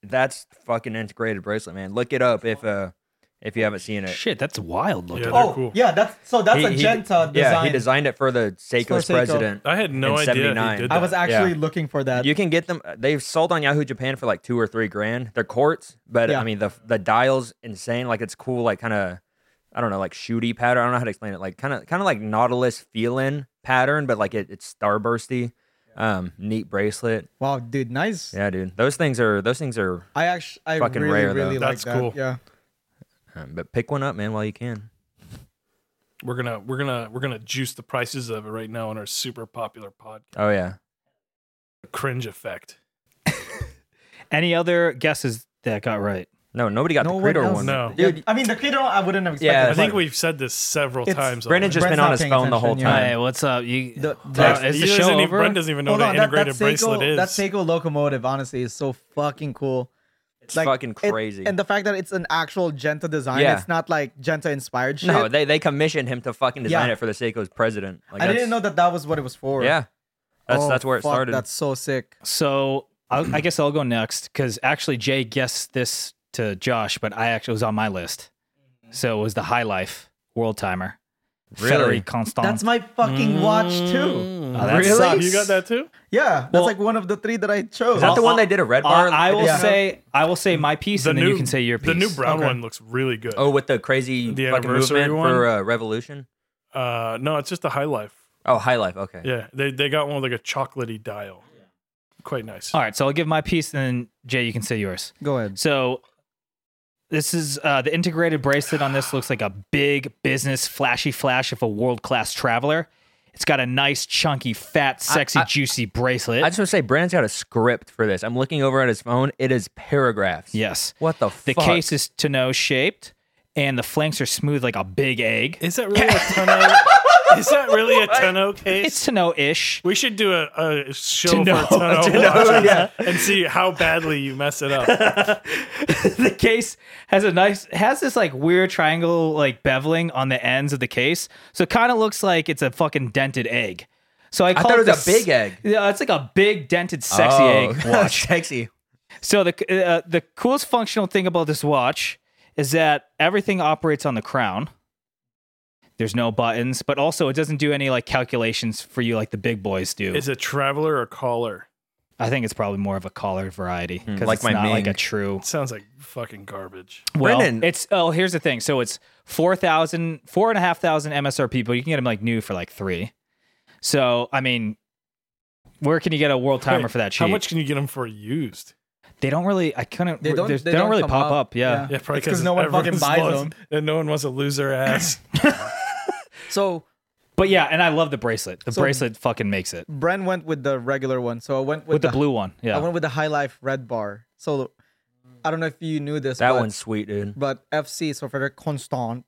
Speaker 4: that's fucking integrated bracelet, man. Look it up if uh if you haven't seen it.
Speaker 1: Shit, that's wild looking.
Speaker 3: Yeah, they're
Speaker 2: Oh,
Speaker 3: cool.
Speaker 2: yeah, that's so that's
Speaker 4: He-
Speaker 2: a
Speaker 4: he-
Speaker 2: Genta design.
Speaker 4: Yeah, he designed it for the Seiko's
Speaker 2: Seiko.
Speaker 4: president.
Speaker 3: I had no
Speaker 4: In
Speaker 3: idea. He
Speaker 4: 79.
Speaker 3: did that.
Speaker 2: I was actually looking for that.
Speaker 4: You can get them. uh, They've sold on Yahoo Japan for like two or three grand. They're quartz, but
Speaker 2: Yeah.
Speaker 4: I mean the the dial's insane. Like it's cool, like kind of I don't know, like shooty pattern. I don't know how to explain it. Like kind of kind of like Nautilus feeling pattern, but like it, it's starbursty. Um, neat bracelet.
Speaker 2: wow, dude, nice.
Speaker 4: Yeah, dude. Those things are those things are.
Speaker 2: I actually, I
Speaker 4: Fucking
Speaker 2: really,
Speaker 4: rare, though.
Speaker 2: really like
Speaker 3: That's
Speaker 2: that.
Speaker 3: cool.
Speaker 2: Yeah,
Speaker 4: Um, but pick one up, man, while you can.
Speaker 3: we're gonna we're gonna we're gonna juice the prices of it right now on our super popular pod
Speaker 4: Oh yeah.
Speaker 3: cringe effect.
Speaker 1: Any other guesses that got right?
Speaker 4: No, nobody got
Speaker 2: No
Speaker 4: the
Speaker 2: one
Speaker 4: Creator
Speaker 2: else.
Speaker 4: one.
Speaker 3: No.
Speaker 4: dude.
Speaker 2: I mean, the Credo, I wouldn't have expected.
Speaker 4: Yeah,
Speaker 3: I
Speaker 2: that.
Speaker 3: think we've said this several
Speaker 2: It's-
Speaker 3: times.
Speaker 4: Brendan just
Speaker 3: already.
Speaker 4: been
Speaker 2: Brent's
Speaker 4: on
Speaker 2: not
Speaker 4: his
Speaker 2: paying
Speaker 4: phone the whole
Speaker 2: attention, yeah.
Speaker 4: time.
Speaker 1: Hey, what's up? You
Speaker 2: The-
Speaker 1: Bro,
Speaker 2: that's-
Speaker 1: is
Speaker 3: He
Speaker 1: the show
Speaker 3: doesn't even-
Speaker 1: over?
Speaker 3: Brendan doesn't even know
Speaker 2: Hold
Speaker 3: what
Speaker 2: on,
Speaker 3: an
Speaker 2: that, that
Speaker 3: integrated bracelet
Speaker 2: Seiko,
Speaker 3: is.
Speaker 2: that Seiko locomotive honestly is so fucking cool.
Speaker 4: It's
Speaker 2: Like,
Speaker 4: fucking
Speaker 2: it-
Speaker 4: crazy.
Speaker 2: and the fact that it's an actual Genta design,
Speaker 4: Yeah.
Speaker 2: it's not like Genta inspired shit.
Speaker 4: no, they they commissioned him to fucking design
Speaker 2: Yeah.
Speaker 4: it for the Seiko's president. Like,
Speaker 2: I
Speaker 4: that's-
Speaker 2: didn't know that that was what it was for.
Speaker 4: Yeah. That's
Speaker 2: Oh,
Speaker 4: that's where it
Speaker 2: fuck,
Speaker 4: started.
Speaker 2: That's so sick.
Speaker 1: So I'll, I guess I'll go next because actually Jay guessed this to Josh, but I actually it was on my list.
Speaker 4: Mm-hmm.
Speaker 1: So it was the High Life World Timer.
Speaker 4: Really?
Speaker 1: Federer Constant.
Speaker 2: That's my fucking watch too.
Speaker 1: Oh, that
Speaker 4: Really?
Speaker 1: sucks.
Speaker 3: You got that too?
Speaker 2: Yeah, that's
Speaker 1: Well-
Speaker 2: like one of the three that I chose.
Speaker 4: Is that the
Speaker 1: I'll-
Speaker 4: one they did a red bar?
Speaker 1: Uh, I will
Speaker 2: Yeah.
Speaker 1: say I will say my piece, and then you can say your piece.
Speaker 3: The new brown
Speaker 2: Okay.
Speaker 3: one looks really good.
Speaker 4: Oh, with the crazy
Speaker 3: The
Speaker 4: fucking
Speaker 3: anniversary
Speaker 4: movement
Speaker 3: one?
Speaker 4: for uh, Revolution.
Speaker 3: Uh, no, it's just a high life.
Speaker 4: Oh, High Life. Okay.
Speaker 3: Yeah, they they got one with like a chocolatey dial. Quite nice.
Speaker 1: All right, so I'll give my piece, and then Jay, you can say yours.
Speaker 2: Go ahead.
Speaker 1: So this is uh, the integrated bracelet on this looks like a big business flashy flash of a world class traveler. It's got a nice chunky, fat, sexy,
Speaker 4: I-
Speaker 1: juicy bracelet.
Speaker 4: I just want to say, Brandon's got a script for this. I'm looking over at his phone. It is paragraphs.
Speaker 1: yes,
Speaker 4: What the,
Speaker 1: the
Speaker 4: fuck?
Speaker 1: case is tonneau shaped, and the flanks are smooth like a big egg.
Speaker 3: Is that really a Tenno? is that really a Tenno case?
Speaker 1: It's tonneau ish.
Speaker 3: we should do a, a show
Speaker 1: Tenno.
Speaker 3: for Tenno,
Speaker 1: Tenno,
Speaker 3: watches
Speaker 1: yeah.
Speaker 3: and see how badly you mess it up.
Speaker 1: the case has a nice has this like weird triangle like beveling on the ends of the case, so it kind of looks like it's a fucking dented egg. So I,
Speaker 4: I
Speaker 1: call
Speaker 4: thought it was a
Speaker 1: this-
Speaker 4: big egg.
Speaker 1: Yeah, it's like a big dented sexy
Speaker 4: Oh,
Speaker 1: egg watch.
Speaker 4: sexy.
Speaker 1: So the uh, the coolest functional thing about this watch is that everything operates on the crown. There's no buttons, but also it doesn't do any like calculations for you like the big boys do.
Speaker 3: Is it traveler or caller?
Speaker 1: I think it's probably more of a collar variety because
Speaker 4: Hmm. like
Speaker 1: it's
Speaker 4: my
Speaker 1: not like a
Speaker 4: Ming.
Speaker 1: true.
Speaker 3: Sounds like fucking garbage.
Speaker 1: Well,
Speaker 4: Brendan-
Speaker 1: it's oh here's the thing. So it's four thousand, four and a half thousand MSRP, but you can get them like new for like three. So I mean, where can you get a world timer
Speaker 3: Wait,
Speaker 1: for that cheap?
Speaker 3: How much can you get them for used?
Speaker 1: They don't really. I couldn't.
Speaker 2: They
Speaker 1: They
Speaker 2: don't-
Speaker 1: don't. They,
Speaker 2: they
Speaker 1: don't,
Speaker 2: don't
Speaker 1: really
Speaker 2: come
Speaker 1: pop
Speaker 2: up.
Speaker 1: up.
Speaker 2: Yeah.
Speaker 1: yeah.
Speaker 3: Yeah, probably
Speaker 2: It's 'cause no one fucking
Speaker 3: everyone's
Speaker 2: buys
Speaker 3: lost-
Speaker 2: them.
Speaker 3: and no one wants to lose their ass.
Speaker 2: So
Speaker 1: But yeah, and I love the bracelet. The
Speaker 2: So-
Speaker 1: bracelet fucking makes it
Speaker 2: Bren went with the regular one, so I went with,
Speaker 1: with the, blue one. Yeah.
Speaker 2: I went with the High Life red bar. So I don't know if you knew this.
Speaker 4: That
Speaker 2: but,
Speaker 4: one's sweet, dude.
Speaker 2: But FC, so Frederick Constant,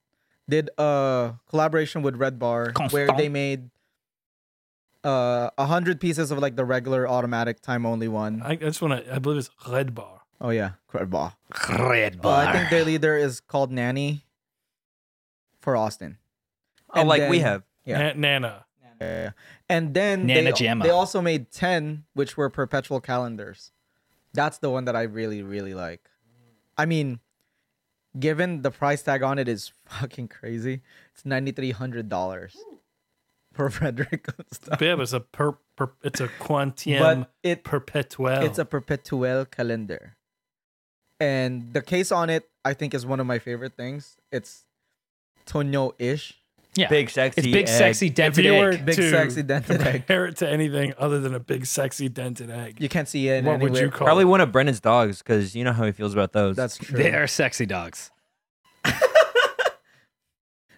Speaker 2: did a collaboration with Red Bar where
Speaker 1: Constant.
Speaker 2: they made uh a hundred pieces of like the regular automatic time only one.
Speaker 3: I, I just want to. I believe it's Red Bar.
Speaker 2: Oh yeah, Red Bar.
Speaker 1: Red
Speaker 2: Uh, I think their leader is called Nanny for Austin.
Speaker 4: Oh,
Speaker 2: and
Speaker 4: like we
Speaker 2: then-
Speaker 4: have.
Speaker 3: Na-
Speaker 2: Yeah.
Speaker 3: Nana.
Speaker 2: Yeah. And then
Speaker 1: Nana
Speaker 2: they,
Speaker 1: Gemma.
Speaker 2: they also made 10, which were perpetual calendars. That's the one that I really, really like. I mean, given the price tag on it is fucking crazy, it's $9,300 for Frederick Constant.
Speaker 3: Yeah, but it's a per, per it's a quantium
Speaker 2: But it,
Speaker 3: perpetuel.
Speaker 2: it's a perpetual calendar. And the case on it, I think, is one of my favorite things. It's Tonyo ish.
Speaker 1: yeah.
Speaker 4: Big sexy.
Speaker 1: It's big,
Speaker 4: egg.
Speaker 1: sexy, dented
Speaker 3: you were-
Speaker 1: egg.
Speaker 2: Big
Speaker 3: Dude.
Speaker 2: sexy dented egg.
Speaker 3: compare it to anything other than a big sexy dented egg.
Speaker 2: You can't see it.
Speaker 3: what would
Speaker 2: anywhere.
Speaker 3: you call
Speaker 4: Probably
Speaker 3: it?
Speaker 4: one of Brennan's dogs because you know how he feels about those.
Speaker 2: That's true.
Speaker 1: They are sexy dogs.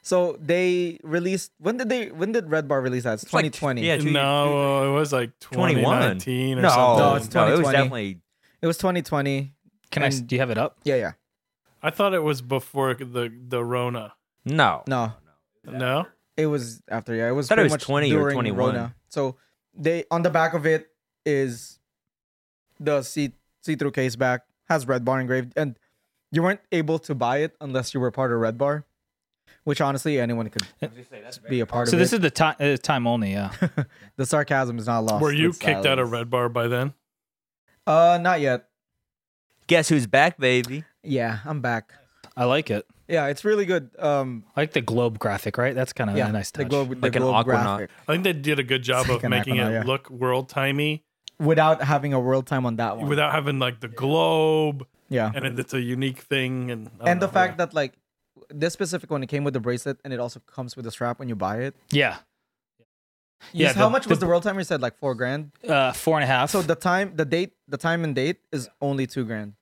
Speaker 2: So they released when did they when did Red Bar release that? It's
Speaker 4: It's like-
Speaker 2: 2020.
Speaker 4: yeah, two-
Speaker 3: no, it was like
Speaker 4: 21.
Speaker 3: 2019 or
Speaker 4: No,
Speaker 3: something.
Speaker 2: No, it's
Speaker 4: it was
Speaker 2: 2020.
Speaker 4: definitely
Speaker 2: It was 2020.
Speaker 1: Can I? s-
Speaker 2: And-
Speaker 1: Do you have it up?
Speaker 2: Yeah, yeah.
Speaker 3: I thought it was before the the Rona.
Speaker 4: Oh, no.
Speaker 2: No.
Speaker 3: No,
Speaker 2: It was after yeah. It was
Speaker 4: Thought it
Speaker 2: pretty
Speaker 4: was
Speaker 2: much
Speaker 4: 20 or
Speaker 2: during
Speaker 4: 21.
Speaker 2: Rona. So they on the back of it is the see see through case back has red bar engraved and you weren't able to buy it unless you were part of red bar, which honestly anyone could be a part
Speaker 1: So
Speaker 2: of.
Speaker 1: this
Speaker 2: it.
Speaker 1: is the time uh, time only. Yeah.
Speaker 2: the sarcasm is not lost.
Speaker 3: were you
Speaker 2: with
Speaker 3: kicked out of
Speaker 2: silence.
Speaker 3: Red Bar by then?
Speaker 2: Uh, not yet.
Speaker 4: Guess who's back, baby?
Speaker 2: Yeah, I'm back.
Speaker 1: I like it.
Speaker 2: Yeah, it's really good. Um,
Speaker 1: I like the globe graphic, right? That's kind of
Speaker 2: yeah,
Speaker 1: Uh, a nice touch.
Speaker 2: The globe, the
Speaker 4: Like an
Speaker 2: globe
Speaker 4: Aquanaut.
Speaker 2: graphic
Speaker 3: I think they did a good job
Speaker 2: It's like
Speaker 3: of
Speaker 2: an
Speaker 3: making it
Speaker 2: Aquanaut, yeah.
Speaker 3: look world timey
Speaker 2: without having a world time on that one.
Speaker 3: without having like the globe
Speaker 2: yeah,
Speaker 3: and it's a unique thing and I don't
Speaker 2: and the
Speaker 3: know,
Speaker 2: fact
Speaker 3: yeah.
Speaker 2: that like this specific one, it came with the bracelet, and it also comes with a strap when you buy it.
Speaker 1: Yeah.
Speaker 2: Yeah,
Speaker 1: Yeah.
Speaker 2: how much was the world time? You said like four grand.
Speaker 1: Uh, four and a half.
Speaker 2: So the time, the date, the time and date is only two grand.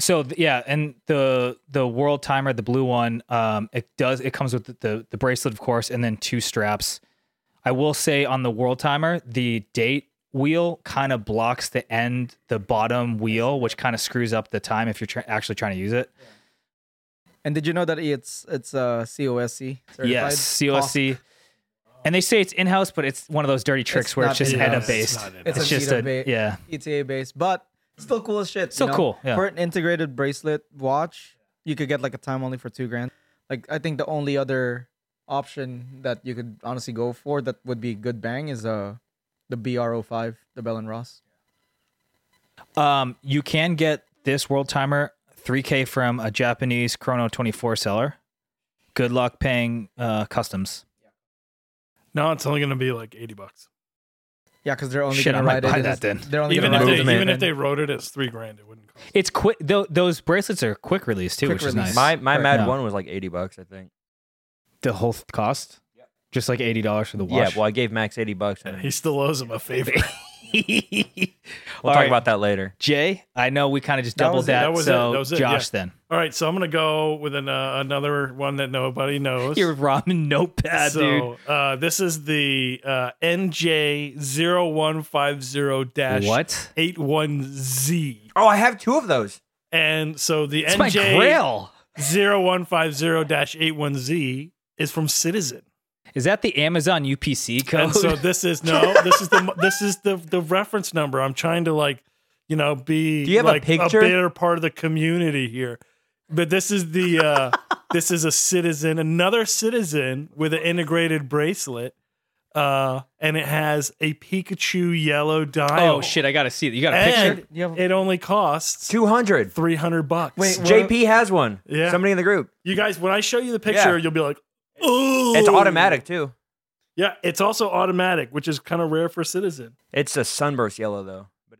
Speaker 1: so th- yeah and the the world timer the blue one um it does it comes with the, the the bracelet of course and then two straps i will say on the world timer the date wheel kind of blocks the end the bottom wheel which kind of screws up the time if you're try actually trying to use it
Speaker 2: And did you know that it's it's uh COSC? Certified?
Speaker 1: yes cosc and they say it's in-house but it's one of those dirty tricks
Speaker 2: It's
Speaker 1: where
Speaker 2: not
Speaker 1: it's just
Speaker 2: in-house.
Speaker 1: edda based
Speaker 3: It's not
Speaker 1: it's,
Speaker 3: in-house.
Speaker 2: It's
Speaker 1: just
Speaker 2: a
Speaker 1: a
Speaker 2: beta-
Speaker 1: yeah
Speaker 2: ETA base, but still cool as shit. you
Speaker 1: Still
Speaker 2: know?
Speaker 1: cool, yeah.
Speaker 2: For an integrated bracelet watch, you could get like a time only for two grand. Like I think the only other option that you could honestly go for that would be good bang is uh the BR05, the Bell and Ross.
Speaker 1: Um, you can get this world timer 3K from a Japanese Chrono 24 seller. Good luck paying uh, customs.
Speaker 3: no, it's only going to be like eighty bucks.
Speaker 2: Yeah, because they're only
Speaker 1: Shit,
Speaker 2: gonna
Speaker 1: I
Speaker 2: ride
Speaker 1: might
Speaker 2: it
Speaker 1: buy
Speaker 2: as-
Speaker 1: that then.
Speaker 2: They're only
Speaker 3: Even
Speaker 2: gonna
Speaker 3: if
Speaker 2: ride
Speaker 3: they
Speaker 2: it. as-
Speaker 3: even if they wrote it as three grand, it wouldn't cost.
Speaker 1: It's quick. Th- those bracelets are quick release too,
Speaker 2: Quick
Speaker 1: which
Speaker 2: release.
Speaker 1: is nice.
Speaker 4: My my
Speaker 2: Correct.
Speaker 4: Mad
Speaker 1: No.
Speaker 4: One was like eighty bucks, I think.
Speaker 1: the whole th- cost, just like eighty dollars for the
Speaker 4: Yeah,
Speaker 1: watch.
Speaker 4: well, I gave Max eighty bucks.
Speaker 3: And
Speaker 4: and
Speaker 3: he still owes him a favor.
Speaker 4: We'll
Speaker 1: All
Speaker 4: talk
Speaker 1: right.
Speaker 4: about that later.
Speaker 1: Jay, I know we kind of just
Speaker 2: That was
Speaker 1: doubled
Speaker 2: it,
Speaker 1: that.
Speaker 3: that was it,
Speaker 1: so
Speaker 3: that was it,
Speaker 1: Josh,
Speaker 3: yeah.
Speaker 1: then
Speaker 3: All right, so I'm going to go with an, uh, another one that nobody knows.
Speaker 1: your ramen notepad, dude.
Speaker 3: so uh, this is the uh, NJ0150
Speaker 1: What?
Speaker 3: 81Z.
Speaker 4: Oh, I have two of those.
Speaker 3: And so the
Speaker 1: It's my grail.
Speaker 3: NJ0150-81Z is from Citizen.
Speaker 1: Is that the Amazon UPC code?
Speaker 3: And so this is no, this is the this is the the reference number. I'm trying to like, you know, be
Speaker 4: Do you have a
Speaker 3: like
Speaker 4: picture?
Speaker 3: bigger part of the community here. But this is the uh this is a citizen, another citizen with an integrated bracelet. Uh and it has a Pikachu yellow dial.
Speaker 1: oh shit, I gotta see it. You got a picture?
Speaker 3: And
Speaker 2: You have-
Speaker 3: it only costs
Speaker 4: Two hundred.
Speaker 3: 300 bucks.
Speaker 2: Wait,
Speaker 4: JP has one.
Speaker 3: Yeah.
Speaker 4: Somebody in the group.
Speaker 3: You guys, when I show you the picture,
Speaker 4: Yeah.
Speaker 3: you'll be like, "Oh,
Speaker 4: It's automatic too.
Speaker 3: Yeah, it's also automatic, which is kind of rare for Citizen.
Speaker 4: It's a sunburst yellow though. But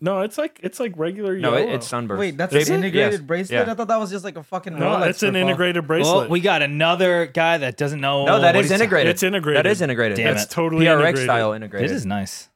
Speaker 3: No, it's like it's like regular.
Speaker 4: no, it-
Speaker 3: yellow.
Speaker 4: it's sunburst.
Speaker 2: Wait, that's
Speaker 4: Yes.
Speaker 2: an integrated bracelet.
Speaker 4: Yeah.
Speaker 2: I thought that was just like a fucking.
Speaker 3: no,
Speaker 2: Rolex
Speaker 3: it's an
Speaker 2: ripoff.
Speaker 3: integrated bracelet.
Speaker 1: Well, we got another guy that doesn't know.
Speaker 4: No, that
Speaker 1: what
Speaker 4: is
Speaker 1: he's-
Speaker 4: integrated.
Speaker 3: It's integrated.
Speaker 4: That is integrated.
Speaker 1: Damn
Speaker 4: That's
Speaker 3: It's
Speaker 1: it.
Speaker 3: totally
Speaker 4: PRX
Speaker 3: integrated.
Speaker 4: style
Speaker 1: It
Speaker 4: integrated.
Speaker 1: is nice.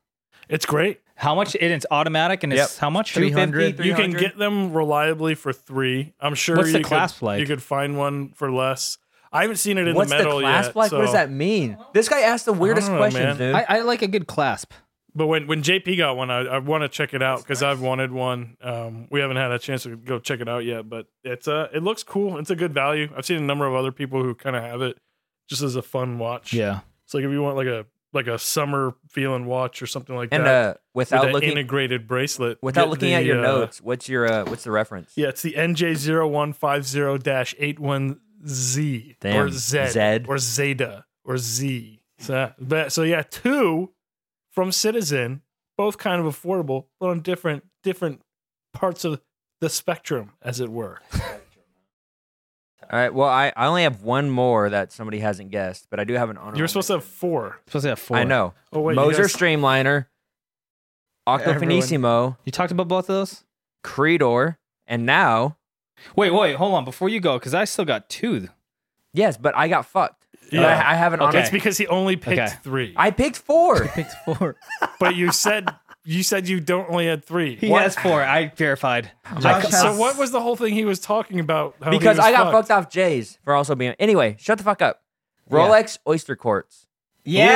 Speaker 3: It's great.
Speaker 1: How much? And it's automatic, and it's
Speaker 4: Yep.
Speaker 1: how much?
Speaker 2: 300.
Speaker 4: 250,
Speaker 3: You can
Speaker 4: 300.
Speaker 3: get them reliably for three. I'm sure.
Speaker 1: What's
Speaker 3: you
Speaker 1: the
Speaker 3: could,
Speaker 1: clasp like?
Speaker 3: You could find one for less. I haven't seen it in
Speaker 4: What's
Speaker 3: the
Speaker 4: the
Speaker 3: metal
Speaker 4: clasp
Speaker 3: yet.
Speaker 4: like?
Speaker 3: so-
Speaker 4: What does that mean? This guy asked the weirdest
Speaker 3: know, man.
Speaker 4: questions, dude.
Speaker 1: I, I like a good clasp.
Speaker 3: But when when JP got one, I, I want to check it out because I've wanted one. Um, we haven't had a chance to go check it out yet, but it's uh it looks cool. It's a good value. I've seen a number of other people who kind of have it just as a fun watch.
Speaker 1: Yeah.
Speaker 3: It's like if you want like a like a summer feeling watch or something like
Speaker 4: and
Speaker 3: that
Speaker 4: uh,
Speaker 3: with
Speaker 4: without
Speaker 3: an
Speaker 4: looking
Speaker 3: integrated bracelet.
Speaker 4: without
Speaker 3: get
Speaker 4: looking
Speaker 3: the,
Speaker 4: at your
Speaker 3: uh,
Speaker 4: notes, what's your uh, what's the reference?
Speaker 3: Yeah, it's the NJ0150-81Z or
Speaker 4: Damn,
Speaker 3: Z,
Speaker 4: Zed.
Speaker 3: or Zeta or Z. So, but, so yeah, two from Citizen, both kind of affordable, but on different different parts of the spectrum, as it were.
Speaker 4: All right. Well, I, I only have one more that somebody hasn't guessed, but I do have an honorable.
Speaker 3: You're supposed to have four.
Speaker 1: Supposed to have four.
Speaker 4: I know.
Speaker 3: Oh wait, you
Speaker 4: Moser
Speaker 3: guys-
Speaker 4: Streamliner, Octofinissimo,
Speaker 1: You talked about both of those.
Speaker 4: Creedor, and now
Speaker 1: Wait, wait, hold on. Before you go, because I still got two.
Speaker 4: yes, but I got fucked. But
Speaker 3: Yeah.
Speaker 4: I, I have an
Speaker 1: Okay.
Speaker 4: honorable.
Speaker 3: It's because he only picked
Speaker 1: Okay.
Speaker 3: three.
Speaker 4: I picked four.
Speaker 2: Picked four.
Speaker 3: but you said you said you don't only had three.
Speaker 1: He has four. I verified.
Speaker 2: Josh
Speaker 1: I-
Speaker 2: has-
Speaker 3: So what was the whole thing he was talking about? how he
Speaker 4: because
Speaker 3: was
Speaker 4: I got fucked. off Jays for also being. Anyway, shut the fuck up. Rolex Oyster Quartz.
Speaker 2: Yeah,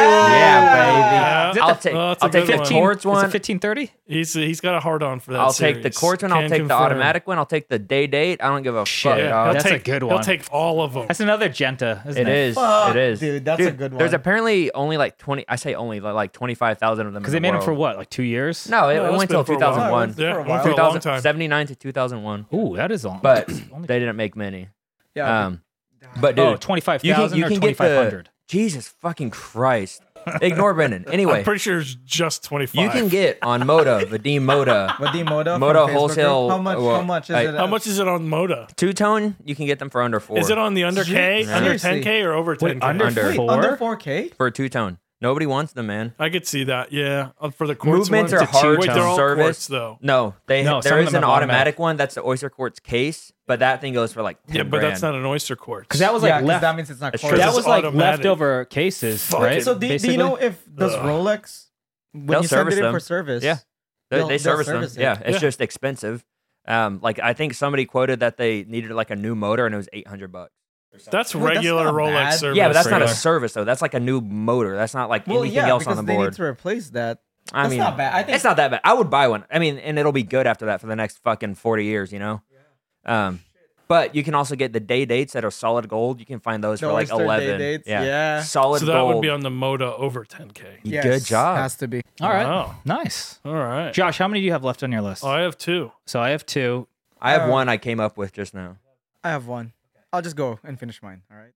Speaker 4: Yeah,
Speaker 1: Is it
Speaker 4: baby. I'll
Speaker 1: the-
Speaker 4: take.
Speaker 3: Oh, that's a
Speaker 4: I'll take
Speaker 3: good
Speaker 4: the
Speaker 3: one.
Speaker 4: quartz
Speaker 1: Is
Speaker 4: one.
Speaker 1: it fifteen thirty?
Speaker 3: He's he's got a hard on for that.
Speaker 4: I'll take the
Speaker 3: series.
Speaker 4: quartz one. I'll
Speaker 3: Can
Speaker 4: take the
Speaker 3: confirm.
Speaker 4: automatic one. I'll take the day date. I don't give a
Speaker 1: Shit.
Speaker 4: fuck.
Speaker 1: Yeah,
Speaker 4: dog.
Speaker 3: he'll
Speaker 1: Oh, That's a
Speaker 3: take-
Speaker 1: good
Speaker 3: He'll
Speaker 1: one.
Speaker 3: take all of them.
Speaker 1: That's another Genta, isn't
Speaker 4: It is.
Speaker 2: Fuck,
Speaker 4: it is.
Speaker 2: dude, that's a good
Speaker 4: There's
Speaker 2: one.
Speaker 4: apparently only like 20, I say only like 25,000 of them. in
Speaker 1: Because they
Speaker 4: the
Speaker 1: made them
Speaker 4: world.
Speaker 1: for what, like two years?
Speaker 4: No, it,
Speaker 3: No,
Speaker 4: it
Speaker 3: it's
Speaker 4: went
Speaker 3: been
Speaker 4: till
Speaker 3: for a while.
Speaker 4: 2001.
Speaker 3: Yeah,
Speaker 2: For a
Speaker 3: went for a
Speaker 2: while.
Speaker 3: long
Speaker 4: 2000,
Speaker 3: time.
Speaker 4: 79 to 2001.
Speaker 1: Ooh, that is long.
Speaker 4: But
Speaker 1: only,
Speaker 4: they didn't make many.
Speaker 2: Yeah,
Speaker 4: Um, but dude,
Speaker 1: oh, twenty five thousand
Speaker 4: you
Speaker 1: or
Speaker 4: can
Speaker 1: twenty
Speaker 4: get the-
Speaker 1: five hundred.
Speaker 4: Jesus fucking Christ. Ignore Brendan. Anyway,
Speaker 3: I'm pretty sure it's just 25.
Speaker 4: you can get on Moda, Vadim Moda,
Speaker 2: Vadim Moda, from
Speaker 4: Moda
Speaker 2: Facebook
Speaker 4: wholesale,
Speaker 2: group. How much?
Speaker 4: well,
Speaker 2: how much is
Speaker 4: I-
Speaker 2: it?
Speaker 3: How much is it on Moda?
Speaker 4: two tone, you can get them for under four.
Speaker 3: Is it on the under K,
Speaker 2: Seriously?
Speaker 3: under 10K, or over 10K?
Speaker 1: Wait, under,
Speaker 4: Under.
Speaker 1: four?
Speaker 2: Under 4K?
Speaker 4: for a two tone. Nobody wants them, man.
Speaker 3: I could see that. Yeah, Uh, for the quartz
Speaker 4: Movements
Speaker 3: ones,
Speaker 4: are
Speaker 1: It's a
Speaker 4: hard
Speaker 1: two-tone.
Speaker 4: to
Speaker 3: Wait, they're all
Speaker 4: service.
Speaker 3: quartz though.
Speaker 4: No, they
Speaker 1: No, some
Speaker 4: there
Speaker 1: of
Speaker 4: is
Speaker 1: them
Speaker 4: an
Speaker 1: have
Speaker 4: automatic,
Speaker 1: automatic.
Speaker 4: one. That's the Oyster Quartz case, but that thing goes for like ten
Speaker 3: Yeah, but
Speaker 4: grand.
Speaker 3: that's not an oyster quartz.
Speaker 1: Because that was like
Speaker 2: Yeah, 'cause
Speaker 1: left.
Speaker 2: that means it's not
Speaker 4: That's
Speaker 2: quartz.
Speaker 4: true.
Speaker 1: that
Speaker 3: It's
Speaker 1: was like
Speaker 3: automatic.
Speaker 1: leftover cases,
Speaker 3: Fuck
Speaker 1: right?
Speaker 3: it.
Speaker 2: so do, do you know if does
Speaker 3: Ugh.
Speaker 2: Rolex when
Speaker 4: They'll
Speaker 2: you send
Speaker 4: service
Speaker 2: it in
Speaker 4: them.
Speaker 2: for service?
Speaker 4: Yeah. they,
Speaker 2: they'll-
Speaker 4: they
Speaker 2: they'll
Speaker 4: service,
Speaker 2: service
Speaker 4: them.
Speaker 2: it.
Speaker 4: Yeah, it's
Speaker 3: Yeah.
Speaker 4: just expensive. Um, like I think somebody quoted that they needed like a new motor and it was eight hundred bucks.
Speaker 3: that's
Speaker 2: Well, that's
Speaker 3: regular
Speaker 2: not
Speaker 3: Rolex
Speaker 2: bad.
Speaker 3: service.
Speaker 4: Yeah, but that's not a
Speaker 1: regular.
Speaker 4: service though. That's like a new motor. That's not like
Speaker 2: Well,
Speaker 4: anything
Speaker 2: yeah,
Speaker 4: else
Speaker 2: because
Speaker 4: on the
Speaker 2: they
Speaker 4: board.
Speaker 2: need to replace that.
Speaker 4: I
Speaker 2: That's
Speaker 4: mean,
Speaker 2: not bad. I think
Speaker 4: it's not that bad. I would buy one. I mean, and it'll be good after that for the next fucking forty years, you know. Um, but you can also get the day dates that are solid gold. You can find those
Speaker 2: The
Speaker 4: for like
Speaker 2: Oyster Day
Speaker 4: eleven.
Speaker 2: dates,
Speaker 4: Yeah.
Speaker 2: yeah.
Speaker 4: solid
Speaker 3: So that
Speaker 4: gold.
Speaker 3: would be on the Moda over 10K.
Speaker 4: Good job.
Speaker 2: Has to be.
Speaker 1: All right,
Speaker 3: Wow.
Speaker 1: nice.
Speaker 3: All right.
Speaker 1: Josh, how many do you have left on your list?
Speaker 3: Oh, I have two.
Speaker 1: So I have two.
Speaker 4: I have
Speaker 2: Uh,
Speaker 4: one I came up with just now.
Speaker 2: I have one. I'll just go and finish mine. All right.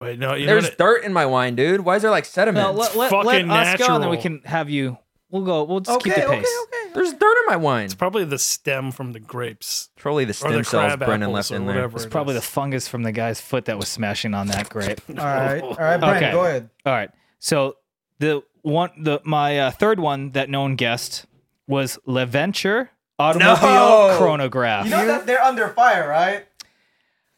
Speaker 3: Wait, no, you know
Speaker 4: There's
Speaker 3: what?
Speaker 4: dirt in my wine, dude. Why is there like sediment?
Speaker 1: No, let, let, let
Speaker 3: fucking
Speaker 1: us go, and then we
Speaker 3: natural.
Speaker 1: can have you. We'll go. We'll just keep the pace.
Speaker 2: okay.
Speaker 4: There's dirt in my wine.
Speaker 3: It's probably the stem from the grapes
Speaker 4: It's probably the
Speaker 3: or
Speaker 4: stem
Speaker 3: the
Speaker 4: cells
Speaker 3: crab
Speaker 4: Brendan
Speaker 3: apples
Speaker 4: left
Speaker 3: or
Speaker 4: in there.
Speaker 3: whatever.
Speaker 1: It's probably the fungus from the guy's foot that was smashing on that grape.
Speaker 2: All right. All right, Brian,
Speaker 1: Okay.
Speaker 2: go ahead.
Speaker 1: All right. So the one, the my uh, third one that no one guessed was Leventure Automobile
Speaker 4: No!
Speaker 1: Chronograph.
Speaker 2: You know that they're under fire, right?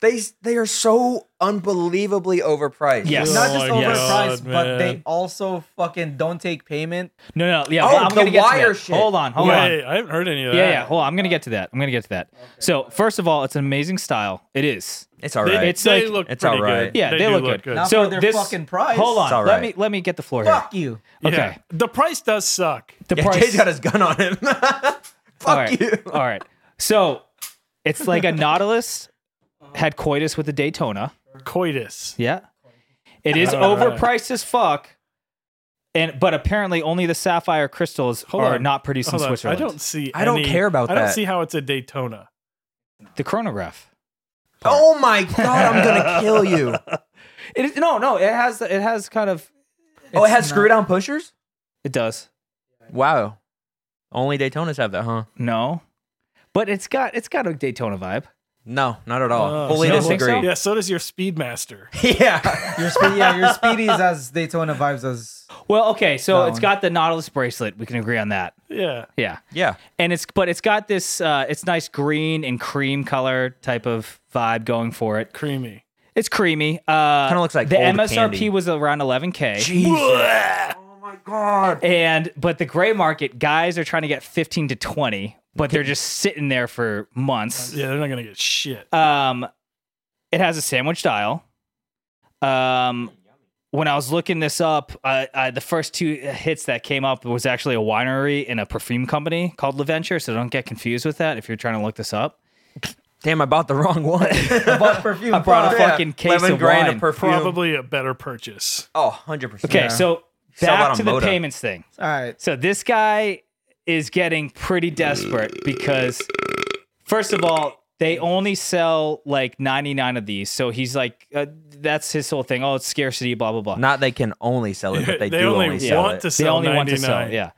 Speaker 4: They they are so unbelievably overpriced.
Speaker 1: Yes.
Speaker 2: Not just
Speaker 3: Oh my
Speaker 2: overpriced,
Speaker 3: God,
Speaker 2: but
Speaker 3: man.
Speaker 2: they also fucking don't take payment.
Speaker 1: no, no, yeah.
Speaker 4: Oh,
Speaker 1: well, I'm
Speaker 4: the
Speaker 1: gonna get to
Speaker 4: wire
Speaker 1: that.
Speaker 4: shit.
Speaker 1: Hold on, hold on.
Speaker 3: Wait, I haven't heard any of that.
Speaker 1: Yeah, yeah. Hold on. I'm gonna get to that. I'm gonna get to that. So first of all, it's an amazing style. It is.
Speaker 4: It's all
Speaker 3: They,
Speaker 4: right.
Speaker 1: It's
Speaker 3: they
Speaker 1: like-
Speaker 3: look
Speaker 4: it's
Speaker 3: pretty
Speaker 4: alright.
Speaker 3: good.
Speaker 1: Yeah, they,
Speaker 3: do
Speaker 1: look, good.
Speaker 2: Not
Speaker 1: So
Speaker 2: for their
Speaker 1: this
Speaker 2: fucking price.
Speaker 1: Hold on.
Speaker 4: It's all
Speaker 1: Let me
Speaker 4: right.
Speaker 1: let me get the floor here.
Speaker 2: Fuck you.
Speaker 3: Yeah.
Speaker 1: Okay.
Speaker 3: The price does suck.
Speaker 1: The
Speaker 4: yeah,
Speaker 1: price.
Speaker 4: Jay's got his gun on him. Fuck
Speaker 1: all right.
Speaker 4: you.
Speaker 1: All right. So it's like a Nautilus had coitus with a Daytona.
Speaker 3: Coitus.
Speaker 1: Yeah. It is
Speaker 3: All right.
Speaker 1: overpriced as fuck. And but apparently only the sapphire crystals
Speaker 3: Hold
Speaker 1: are
Speaker 3: on.
Speaker 1: not produced
Speaker 3: Hold
Speaker 1: in
Speaker 3: on, I
Speaker 1: Switzerland.
Speaker 3: don't see.
Speaker 4: I don't
Speaker 3: any-
Speaker 4: care about
Speaker 3: I don't
Speaker 4: that.
Speaker 3: see how it's a Daytona.
Speaker 1: the chronograph.
Speaker 4: Oh my god, I'm gonna kill you.
Speaker 1: It is no, no, it has it has kind of
Speaker 4: oh, it has
Speaker 2: not-
Speaker 4: screw down pushers?
Speaker 1: it does.
Speaker 4: Wow. Only Daytonas have that, huh?
Speaker 1: No. But it's got it's got a Daytona vibe.
Speaker 4: No, not at all.
Speaker 3: Oh,
Speaker 4: Fully
Speaker 1: so-
Speaker 4: disagree.
Speaker 3: Yeah, so does your Speedmaster.
Speaker 4: yeah.
Speaker 2: Your speed, yeah, your speedy is as Daytona vibes as.
Speaker 1: Well, okay, so
Speaker 2: That
Speaker 1: it's
Speaker 2: one.
Speaker 1: got the Nautilus bracelet. We can agree on that.
Speaker 3: Yeah.
Speaker 1: Yeah.
Speaker 4: Yeah.
Speaker 1: and it's but it's got this uh it's nice green and cream color type of vibe going for it
Speaker 3: Creamy.
Speaker 1: it's creamy uh
Speaker 4: Kinda looks like
Speaker 1: the
Speaker 4: old
Speaker 1: msrp
Speaker 4: candy.
Speaker 1: was around 11k
Speaker 4: Oh my god.
Speaker 1: and but the gray market guys are trying to get 15 to 20 but they're just sitting there for months
Speaker 3: Yeah, they're not gonna get shit.
Speaker 1: um it has a sandwich dial um when I was looking this up, uh, uh, the first two hits that came up was actually a winery and a perfume company called LaVenture. So don't get confused with that if you're trying to look this up.
Speaker 4: Damn, I bought the wrong one.
Speaker 2: I bought perfume.
Speaker 1: I brought a
Speaker 2: fuck.
Speaker 4: Yeah,
Speaker 1: fucking case
Speaker 4: 11
Speaker 1: of
Speaker 4: grand
Speaker 1: wine.
Speaker 4: of perfume.
Speaker 3: Probably a better purchase.
Speaker 4: Oh, 100%.
Speaker 1: Okay, so
Speaker 4: Sell out
Speaker 1: back
Speaker 4: on
Speaker 1: to the
Speaker 4: Moda.
Speaker 1: payments thing.
Speaker 2: All right.
Speaker 1: So this guy is getting pretty desperate because, first of all, they only sell like 99 of these. So he's like, uh, that's his whole thing. Oh, it's scarcity, blah, blah, blah.
Speaker 4: Not they can only sell it, but they, do
Speaker 3: only,
Speaker 4: only, sell
Speaker 3: want
Speaker 4: it.
Speaker 3: to
Speaker 1: they
Speaker 3: sell
Speaker 1: only
Speaker 3: 99.
Speaker 1: want to sell. Yeah.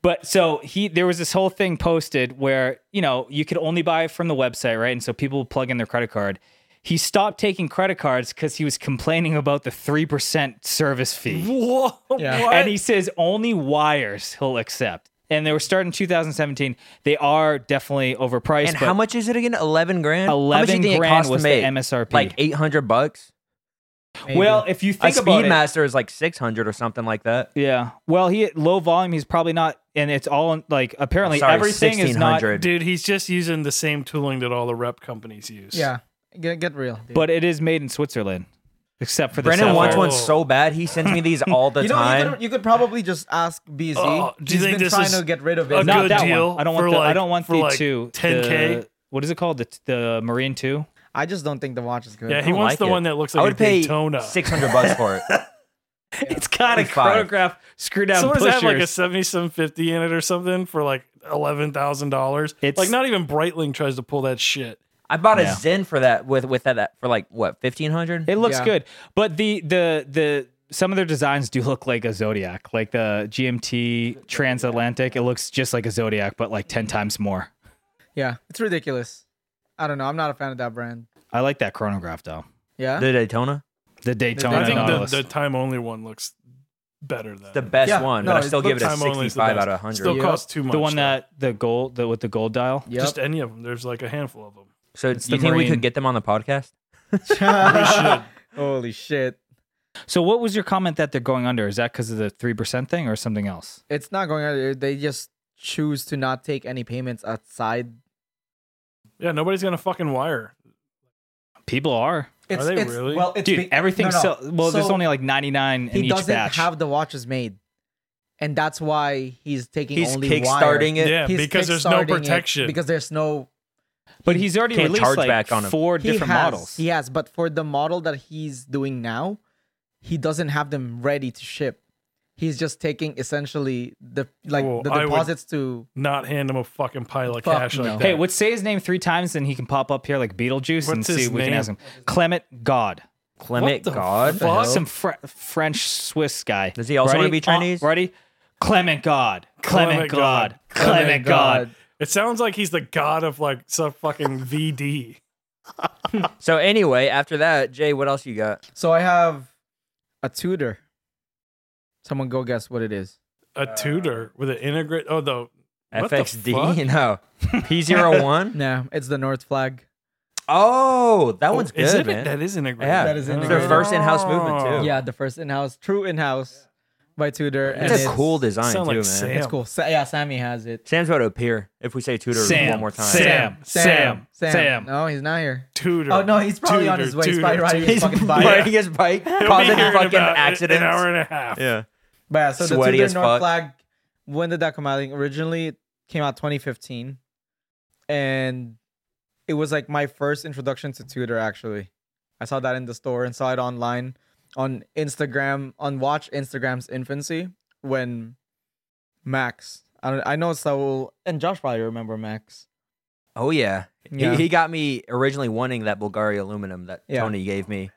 Speaker 1: But so he, there was this whole thing posted where, you know, you could only buy from the website, right? And so people plug in their credit card. He stopped taking credit cards because he was complaining about the 3% service fee.
Speaker 3: Whoa,
Speaker 2: Yeah.
Speaker 3: what?
Speaker 1: And he says only wires he'll accept. And they were starting in 2017. They are definitely overpriced.
Speaker 4: And
Speaker 1: but
Speaker 4: how much is it again? 11 grand? How much do you
Speaker 1: 11
Speaker 4: think it
Speaker 1: grand
Speaker 4: cost to
Speaker 1: was the
Speaker 4: make?
Speaker 1: MSRP.
Speaker 4: Like 800 bucks?
Speaker 1: Well, if you think
Speaker 4: a
Speaker 1: about it,
Speaker 4: Speedmaster is like 600 or something like that.
Speaker 1: yeah. Well, he at low volume, he's probably not, and it's all in, like apparently
Speaker 4: Sorry,
Speaker 1: everything is not.
Speaker 4: 1600.
Speaker 3: Dude, he's just using the same tooling that all the rep companies use.
Speaker 2: yeah, get, get real. dude.
Speaker 1: But it is made in Switzerland, except for the
Speaker 4: Brennan
Speaker 1: sapphire.
Speaker 4: wants one
Speaker 3: Oh.
Speaker 4: so bad. He sends me these all the
Speaker 2: you know, you
Speaker 4: time.
Speaker 2: could, you could probably just ask BZ.
Speaker 3: Oh, do you
Speaker 2: He's
Speaker 3: think
Speaker 2: been
Speaker 3: this
Speaker 2: trying
Speaker 3: is
Speaker 2: to get rid of
Speaker 3: a
Speaker 2: it.
Speaker 1: Not
Speaker 3: good
Speaker 1: that
Speaker 3: deal
Speaker 1: one. I don't want
Speaker 3: for
Speaker 1: the. I
Speaker 3: like-
Speaker 1: don't want
Speaker 3: for
Speaker 1: the
Speaker 3: like
Speaker 1: two.
Speaker 3: 10K?
Speaker 1: the- What is it called? The the Marine Two.
Speaker 2: I just don't think the watch is good.
Speaker 3: Yeah, he
Speaker 4: don't
Speaker 3: wants
Speaker 4: like
Speaker 3: the
Speaker 4: it.
Speaker 3: one that looks like
Speaker 4: I would
Speaker 3: a
Speaker 4: pay
Speaker 3: Daytona.
Speaker 4: 600 bucks for it.
Speaker 1: It's got a
Speaker 4: Like five.
Speaker 1: chronograph screw down
Speaker 3: Someone
Speaker 1: pushers.
Speaker 3: had like a seventy-seven fifty in it or something for like eleven thousand dollars.
Speaker 1: It's-
Speaker 3: Like not even Breitling tries to pull that shit.
Speaker 4: I bought
Speaker 1: Yeah.
Speaker 4: a Zen for that with with that, that for like what 1500.
Speaker 1: It looks
Speaker 2: Yeah.
Speaker 1: good, but the the the some of their designs do look like a Zodiac, like the GMT Transatlantic. It looks just like a Zodiac, but like ten times more.
Speaker 2: Yeah, it's ridiculous. I don't know. I'm not a fan of that brand.
Speaker 1: I like that chronograph though.
Speaker 2: Yeah,
Speaker 4: The Daytona,
Speaker 1: The Daytona
Speaker 3: I think
Speaker 1: Nautilus.
Speaker 3: the, the time only one looks better than
Speaker 4: the best
Speaker 2: Yeah,
Speaker 4: one,
Speaker 2: no,
Speaker 4: but I
Speaker 2: it's-
Speaker 4: still give it a
Speaker 3: time only is the
Speaker 4: 65
Speaker 3: best.
Speaker 4: out of 100.
Speaker 3: Still
Speaker 2: Yep.
Speaker 3: costs too much.
Speaker 1: the one
Speaker 3: though.
Speaker 1: that the gold the, with the gold dial.
Speaker 2: Yep.
Speaker 3: just any of them. There's like a handful of them.
Speaker 4: so
Speaker 1: it's
Speaker 4: do you
Speaker 1: the
Speaker 4: think we
Speaker 1: Marine.
Speaker 4: could get them on the podcast?
Speaker 2: Holy shit!
Speaker 1: So what was your comment that they're going under? Is that because of the three percent thing or something else?
Speaker 2: It's not going out. They just choose to not take any payments outside.
Speaker 3: Yeah, nobody's gonna fucking wire.
Speaker 1: People are
Speaker 2: It's,
Speaker 3: they
Speaker 2: it's-
Speaker 3: really?
Speaker 2: Well, it's
Speaker 1: dude.
Speaker 2: be-
Speaker 1: everything's
Speaker 2: no, no.
Speaker 1: so well. there's
Speaker 2: So
Speaker 1: only like ninety nine in
Speaker 2: he
Speaker 1: each
Speaker 2: doesn't
Speaker 1: batch.
Speaker 2: have the watches made, and that's why he's taking
Speaker 4: He's
Speaker 2: only
Speaker 4: kickstarting
Speaker 2: wire.
Speaker 4: it.
Speaker 3: Yeah,
Speaker 2: He's
Speaker 3: because there's no
Speaker 2: kickstarting it
Speaker 3: protection.
Speaker 2: Because there's no
Speaker 1: but he's already
Speaker 4: Can't
Speaker 1: released
Speaker 4: charge
Speaker 1: like
Speaker 4: back on 'em.
Speaker 1: four
Speaker 2: he
Speaker 1: different
Speaker 2: has,
Speaker 1: models.
Speaker 2: He has, but for the model that he's doing now, he doesn't have them ready to ship. He's just taking essentially the like
Speaker 3: Well,
Speaker 2: the
Speaker 3: I would-
Speaker 2: deposits to
Speaker 3: Not hand him a fucking pile of
Speaker 2: Fuck
Speaker 3: cash
Speaker 2: no.
Speaker 3: like that.
Speaker 1: Hey, would say his name three times, then he can pop up here like Beetlejuice and
Speaker 3: What's
Speaker 1: see
Speaker 3: his
Speaker 1: if we can
Speaker 3: name?
Speaker 1: ask him. Clement God,
Speaker 4: Clement
Speaker 3: the
Speaker 4: God.
Speaker 3: fuck?
Speaker 1: some Fr- French Swiss guy.
Speaker 4: Does he also wanna be Chinese?
Speaker 1: Uh, ready? Clement God, Clement,
Speaker 3: Clement
Speaker 1: God,
Speaker 3: Oh God.
Speaker 1: Clement God.
Speaker 3: It sounds like he's the god of like some fucking VD.
Speaker 4: So anyway, after that, Jay, what else you got?
Speaker 2: So I have a Tudor. Someone go guess what it is.
Speaker 3: A
Speaker 4: Uh,
Speaker 3: tutor with an integrate. Oh, the what the fuck?
Speaker 4: FXD, no, P01.
Speaker 2: No, it's the North flag.
Speaker 4: Oh, that one's
Speaker 3: Is
Speaker 4: good,
Speaker 3: it?
Speaker 4: man.
Speaker 3: That is integrated.
Speaker 4: Yeah,
Speaker 2: That is
Speaker 4: it's
Speaker 2: integrated.
Speaker 4: their first in-house movement
Speaker 3: Oh.
Speaker 4: too.
Speaker 2: Yeah, the first in-house, true in-house by Tudor. and
Speaker 4: it's a cool design too,
Speaker 3: Sound like
Speaker 4: man.
Speaker 3: Sam.
Speaker 2: It's cool. Sa- yeah, Sammy has it.
Speaker 4: Sam's about to appear if we say Tudor
Speaker 1: Sam,
Speaker 4: one more time.
Speaker 1: Sam, Sam,
Speaker 2: Sam.
Speaker 1: Sam.
Speaker 2: No, he's not here.
Speaker 3: Tutor.
Speaker 2: Oh no, he's probably on
Speaker 3: Tutor,
Speaker 2: his way. he's
Speaker 3: tutor,
Speaker 2: probably riding
Speaker 4: He's
Speaker 2: his fucking bike.
Speaker 4: riding his bike,
Speaker 3: He'll be
Speaker 4: causing
Speaker 3: hearing
Speaker 4: fucking
Speaker 3: about it
Speaker 4: accidents.
Speaker 3: An hour and a half.
Speaker 4: Yeah.
Speaker 2: But yeah, so
Speaker 4: Sweaty
Speaker 2: the
Speaker 4: as
Speaker 2: Tudor North
Speaker 4: fuck.
Speaker 2: flag. When did that come out? I think originally it came out 2015, and it was like my first introduction to Tudor. Actually, I saw that in the store and saw it online on Instagram on Watch Instagram's infancy when Max. I don't, I know Saul and Josh probably remember Max.
Speaker 4: Oh yeah.
Speaker 2: Yeah.
Speaker 4: He, he got me originally wanting that Bulgari aluminum that
Speaker 2: Yeah.
Speaker 4: Tony gave me.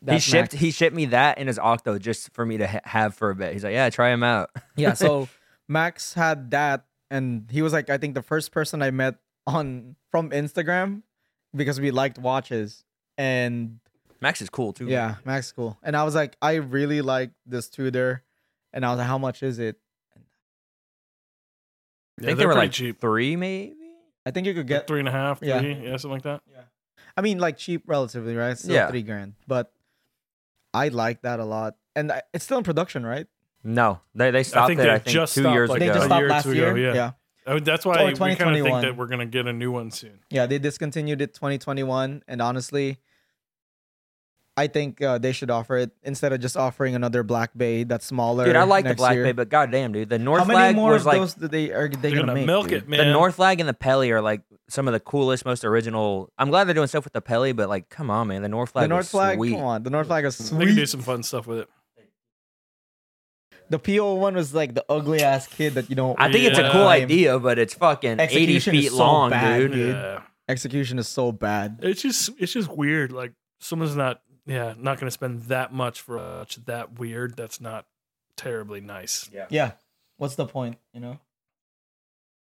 Speaker 2: That's
Speaker 4: he shipped
Speaker 2: Max.
Speaker 4: he shipped me that in his Octo just for me to ha- have for a bit. He's like, yeah, try him out.
Speaker 2: yeah so max had that and he was like i think the first person i met on from instagram because we liked watches and
Speaker 4: Max is cool too.
Speaker 2: yeah max is cool and i was like i really like this tudor and i was like how much is it
Speaker 4: I
Speaker 3: Yeah,
Speaker 4: think they
Speaker 3: they're
Speaker 4: were
Speaker 3: pretty
Speaker 4: like
Speaker 3: cheap.
Speaker 4: three maybe.
Speaker 2: i think you could
Speaker 3: Like
Speaker 2: get
Speaker 3: three and a half, three,
Speaker 2: Yeah.
Speaker 3: yeah, something like that.
Speaker 2: i mean like cheap relatively right still
Speaker 4: Yeah.
Speaker 2: three grand but i like that a lot and I, it's still in production right
Speaker 4: No, they they stopped
Speaker 3: think
Speaker 4: it.
Speaker 3: they
Speaker 4: I think
Speaker 3: just
Speaker 4: two
Speaker 3: stopped,
Speaker 4: years
Speaker 3: like,
Speaker 2: they
Speaker 4: ago.
Speaker 2: just
Speaker 3: A
Speaker 2: stopped
Speaker 3: year or
Speaker 2: last
Speaker 3: two
Speaker 2: year
Speaker 3: ago, yeah.
Speaker 2: yeah
Speaker 3: Oh, that's
Speaker 2: Oh,
Speaker 3: why we kind of
Speaker 2: 2021.
Speaker 3: think that we're gonna get a new one soon.
Speaker 2: Yeah, they discontinued it 2021, and honestly, I think uh, they should offer it instead of just offering another Black Bay that's smaller.
Speaker 4: Dude, I like the
Speaker 2: next
Speaker 4: Black
Speaker 2: year.
Speaker 4: Bay, but goddamn, dude, the North
Speaker 2: How many
Speaker 4: Flag
Speaker 2: more of
Speaker 4: was like
Speaker 2: those do they are they
Speaker 3: They're
Speaker 2: gonna,
Speaker 3: gonna
Speaker 2: make?
Speaker 3: milk
Speaker 2: dude?
Speaker 3: it, man.
Speaker 4: the North Flag and the Pelly are like some of the coolest, most original. I'm glad they're doing stuff with the Pelly, but like, come on, man, the North Flag.
Speaker 2: The North
Speaker 4: was
Speaker 2: Flag,
Speaker 4: sweet.
Speaker 2: come on, the North Flag is
Speaker 3: They can do
Speaker 2: sweet.
Speaker 3: some fun stuff with it.
Speaker 2: The PO one was like the ugly ass kid that you don't.
Speaker 4: I think it's a
Speaker 3: Yeah.
Speaker 4: cool idea, but it's fucking 80
Speaker 2: Execution is
Speaker 4: feet
Speaker 2: so
Speaker 4: long,
Speaker 2: bad,
Speaker 4: dude.
Speaker 2: dude.
Speaker 3: Yeah.
Speaker 2: Execution is so bad.
Speaker 3: It's just it's just weird. Like someone's not yeah not gonna spend that much for a watch that weird. That's not terribly nice.
Speaker 2: Yeah, what's the point? You know,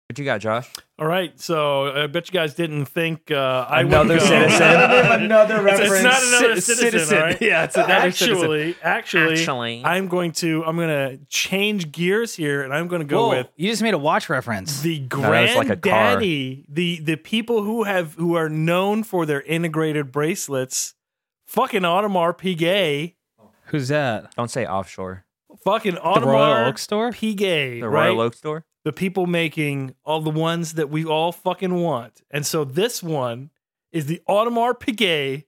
Speaker 4: What you got, Josh?
Speaker 3: All right, so I bet you guys didn't think uh, I
Speaker 4: Another
Speaker 3: would go.
Speaker 4: citizen.
Speaker 2: another
Speaker 3: It's-
Speaker 2: reference.
Speaker 3: It's not another
Speaker 1: Ci-
Speaker 3: citizen,
Speaker 1: citizen.
Speaker 3: all right?
Speaker 1: Yeah, it's another citizen.
Speaker 3: actually, actually,
Speaker 4: Actually.
Speaker 3: I'm going to I'm going to change gears here, and I'm going to go
Speaker 1: Whoa,
Speaker 3: with
Speaker 1: you just made a watch reference.
Speaker 3: the
Speaker 4: that's like a car.
Speaker 3: granddaddy, the the people who have who are known for their integrated bracelets Fucking Audemars Piguet.
Speaker 1: Who's that?
Speaker 4: Don't say offshore.
Speaker 3: Fucking
Speaker 1: The Royal
Speaker 3: Audemars
Speaker 1: Oak store?
Speaker 3: Piguet.
Speaker 4: The
Speaker 3: right?
Speaker 4: Royal Oak store.
Speaker 3: the people making all the ones that we all fucking want. And so this one is the Audemars Piguet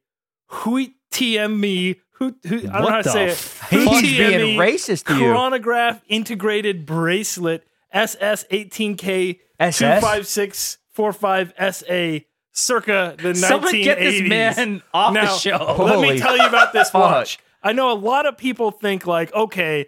Speaker 3: Huit TME. Who, who, I don't know
Speaker 1: What
Speaker 3: how to
Speaker 1: the
Speaker 3: say
Speaker 1: fuck?
Speaker 3: it.
Speaker 4: He's
Speaker 3: HTME
Speaker 4: being racist to you.
Speaker 3: Chronograph integrated bracelet SS18K
Speaker 4: SS.
Speaker 3: 25645SA circa the 1980s.
Speaker 1: Someone get this man off
Speaker 3: now,
Speaker 1: the show.
Speaker 3: Let me
Speaker 4: Holy
Speaker 3: tell you about this
Speaker 4: fuck.
Speaker 3: watch. I know a lot of people think like, okay,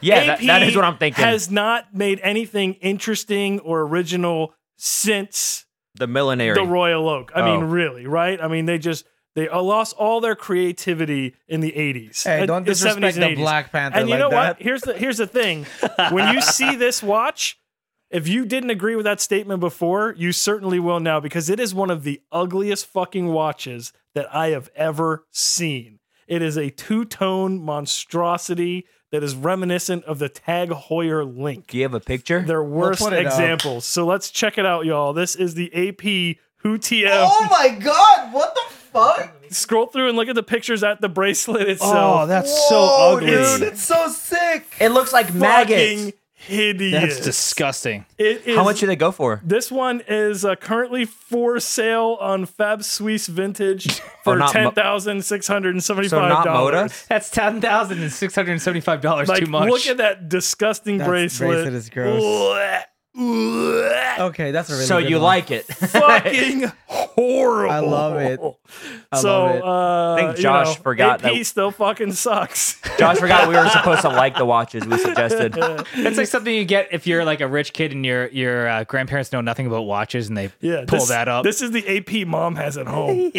Speaker 4: Yeah,
Speaker 3: AP
Speaker 4: that, that is what I'm thinking.
Speaker 3: Has not made anything interesting or original since
Speaker 4: the millinery.
Speaker 3: the Royal Oak. I
Speaker 4: Oh.
Speaker 3: mean, really, right? I mean, they just they lost all their creativity in the '80s.
Speaker 2: Hey,
Speaker 3: and-
Speaker 2: don't
Speaker 3: the 70s
Speaker 2: disrespect
Speaker 3: and
Speaker 2: the
Speaker 3: 80s.
Speaker 2: Black Panther
Speaker 3: And you
Speaker 2: like
Speaker 3: know
Speaker 2: that.
Speaker 3: what? Here's the here's the thing. when you see this watch, if you didn't agree with that statement before, you certainly will now because it is one of the ugliest fucking watches that I have ever seen. It is a two-tone monstrosity that is reminiscent of the Tag Heuer Link.
Speaker 4: Do you have a picture?
Speaker 3: Their worst
Speaker 2: put it up.
Speaker 3: examples. So let's check it out, y'all. This is the AP Houtia.
Speaker 2: Oh my god! What the fuck?
Speaker 3: Scroll through and look at the pictures at the bracelet itself.
Speaker 1: Oh, that's
Speaker 2: Whoa, Dude, it's so sick.
Speaker 4: it looks like
Speaker 3: fucking
Speaker 4: maggots.
Speaker 3: hideous.
Speaker 1: That's disgusting.
Speaker 3: It is
Speaker 4: How much do they go for?
Speaker 3: This one is uh, currently for sale on Fab Suisse Vintage for
Speaker 4: not Mo-
Speaker 3: ten thousand six hundred and
Speaker 4: So
Speaker 3: seventy-five
Speaker 4: not Moda.
Speaker 3: dollars.
Speaker 1: That's ten thousand and six hundred and seventy-five dollars
Speaker 3: Like,
Speaker 1: Oh, too much.
Speaker 3: look at that disgusting
Speaker 2: That
Speaker 3: bracelet.
Speaker 2: bracelet is gross.
Speaker 3: Blech. Blech.
Speaker 2: Okay, that's a really
Speaker 4: so
Speaker 2: good
Speaker 4: you
Speaker 2: one.
Speaker 4: like it?
Speaker 3: Fucking horrible.
Speaker 2: I love it. I
Speaker 3: so
Speaker 2: love it.
Speaker 3: Uh,
Speaker 4: I think
Speaker 3: you
Speaker 4: Josh
Speaker 3: know,
Speaker 4: forgot
Speaker 3: AP
Speaker 4: that-
Speaker 3: still fucking sucks.
Speaker 4: Josh forgot we were supposed to like the watches we suggested.
Speaker 1: That's like something you get if you're like a rich kid and your your uh, grandparents know nothing about watches and they
Speaker 3: Yeah,
Speaker 1: pull
Speaker 3: this-
Speaker 1: that up.
Speaker 3: This is the AP mom has at home.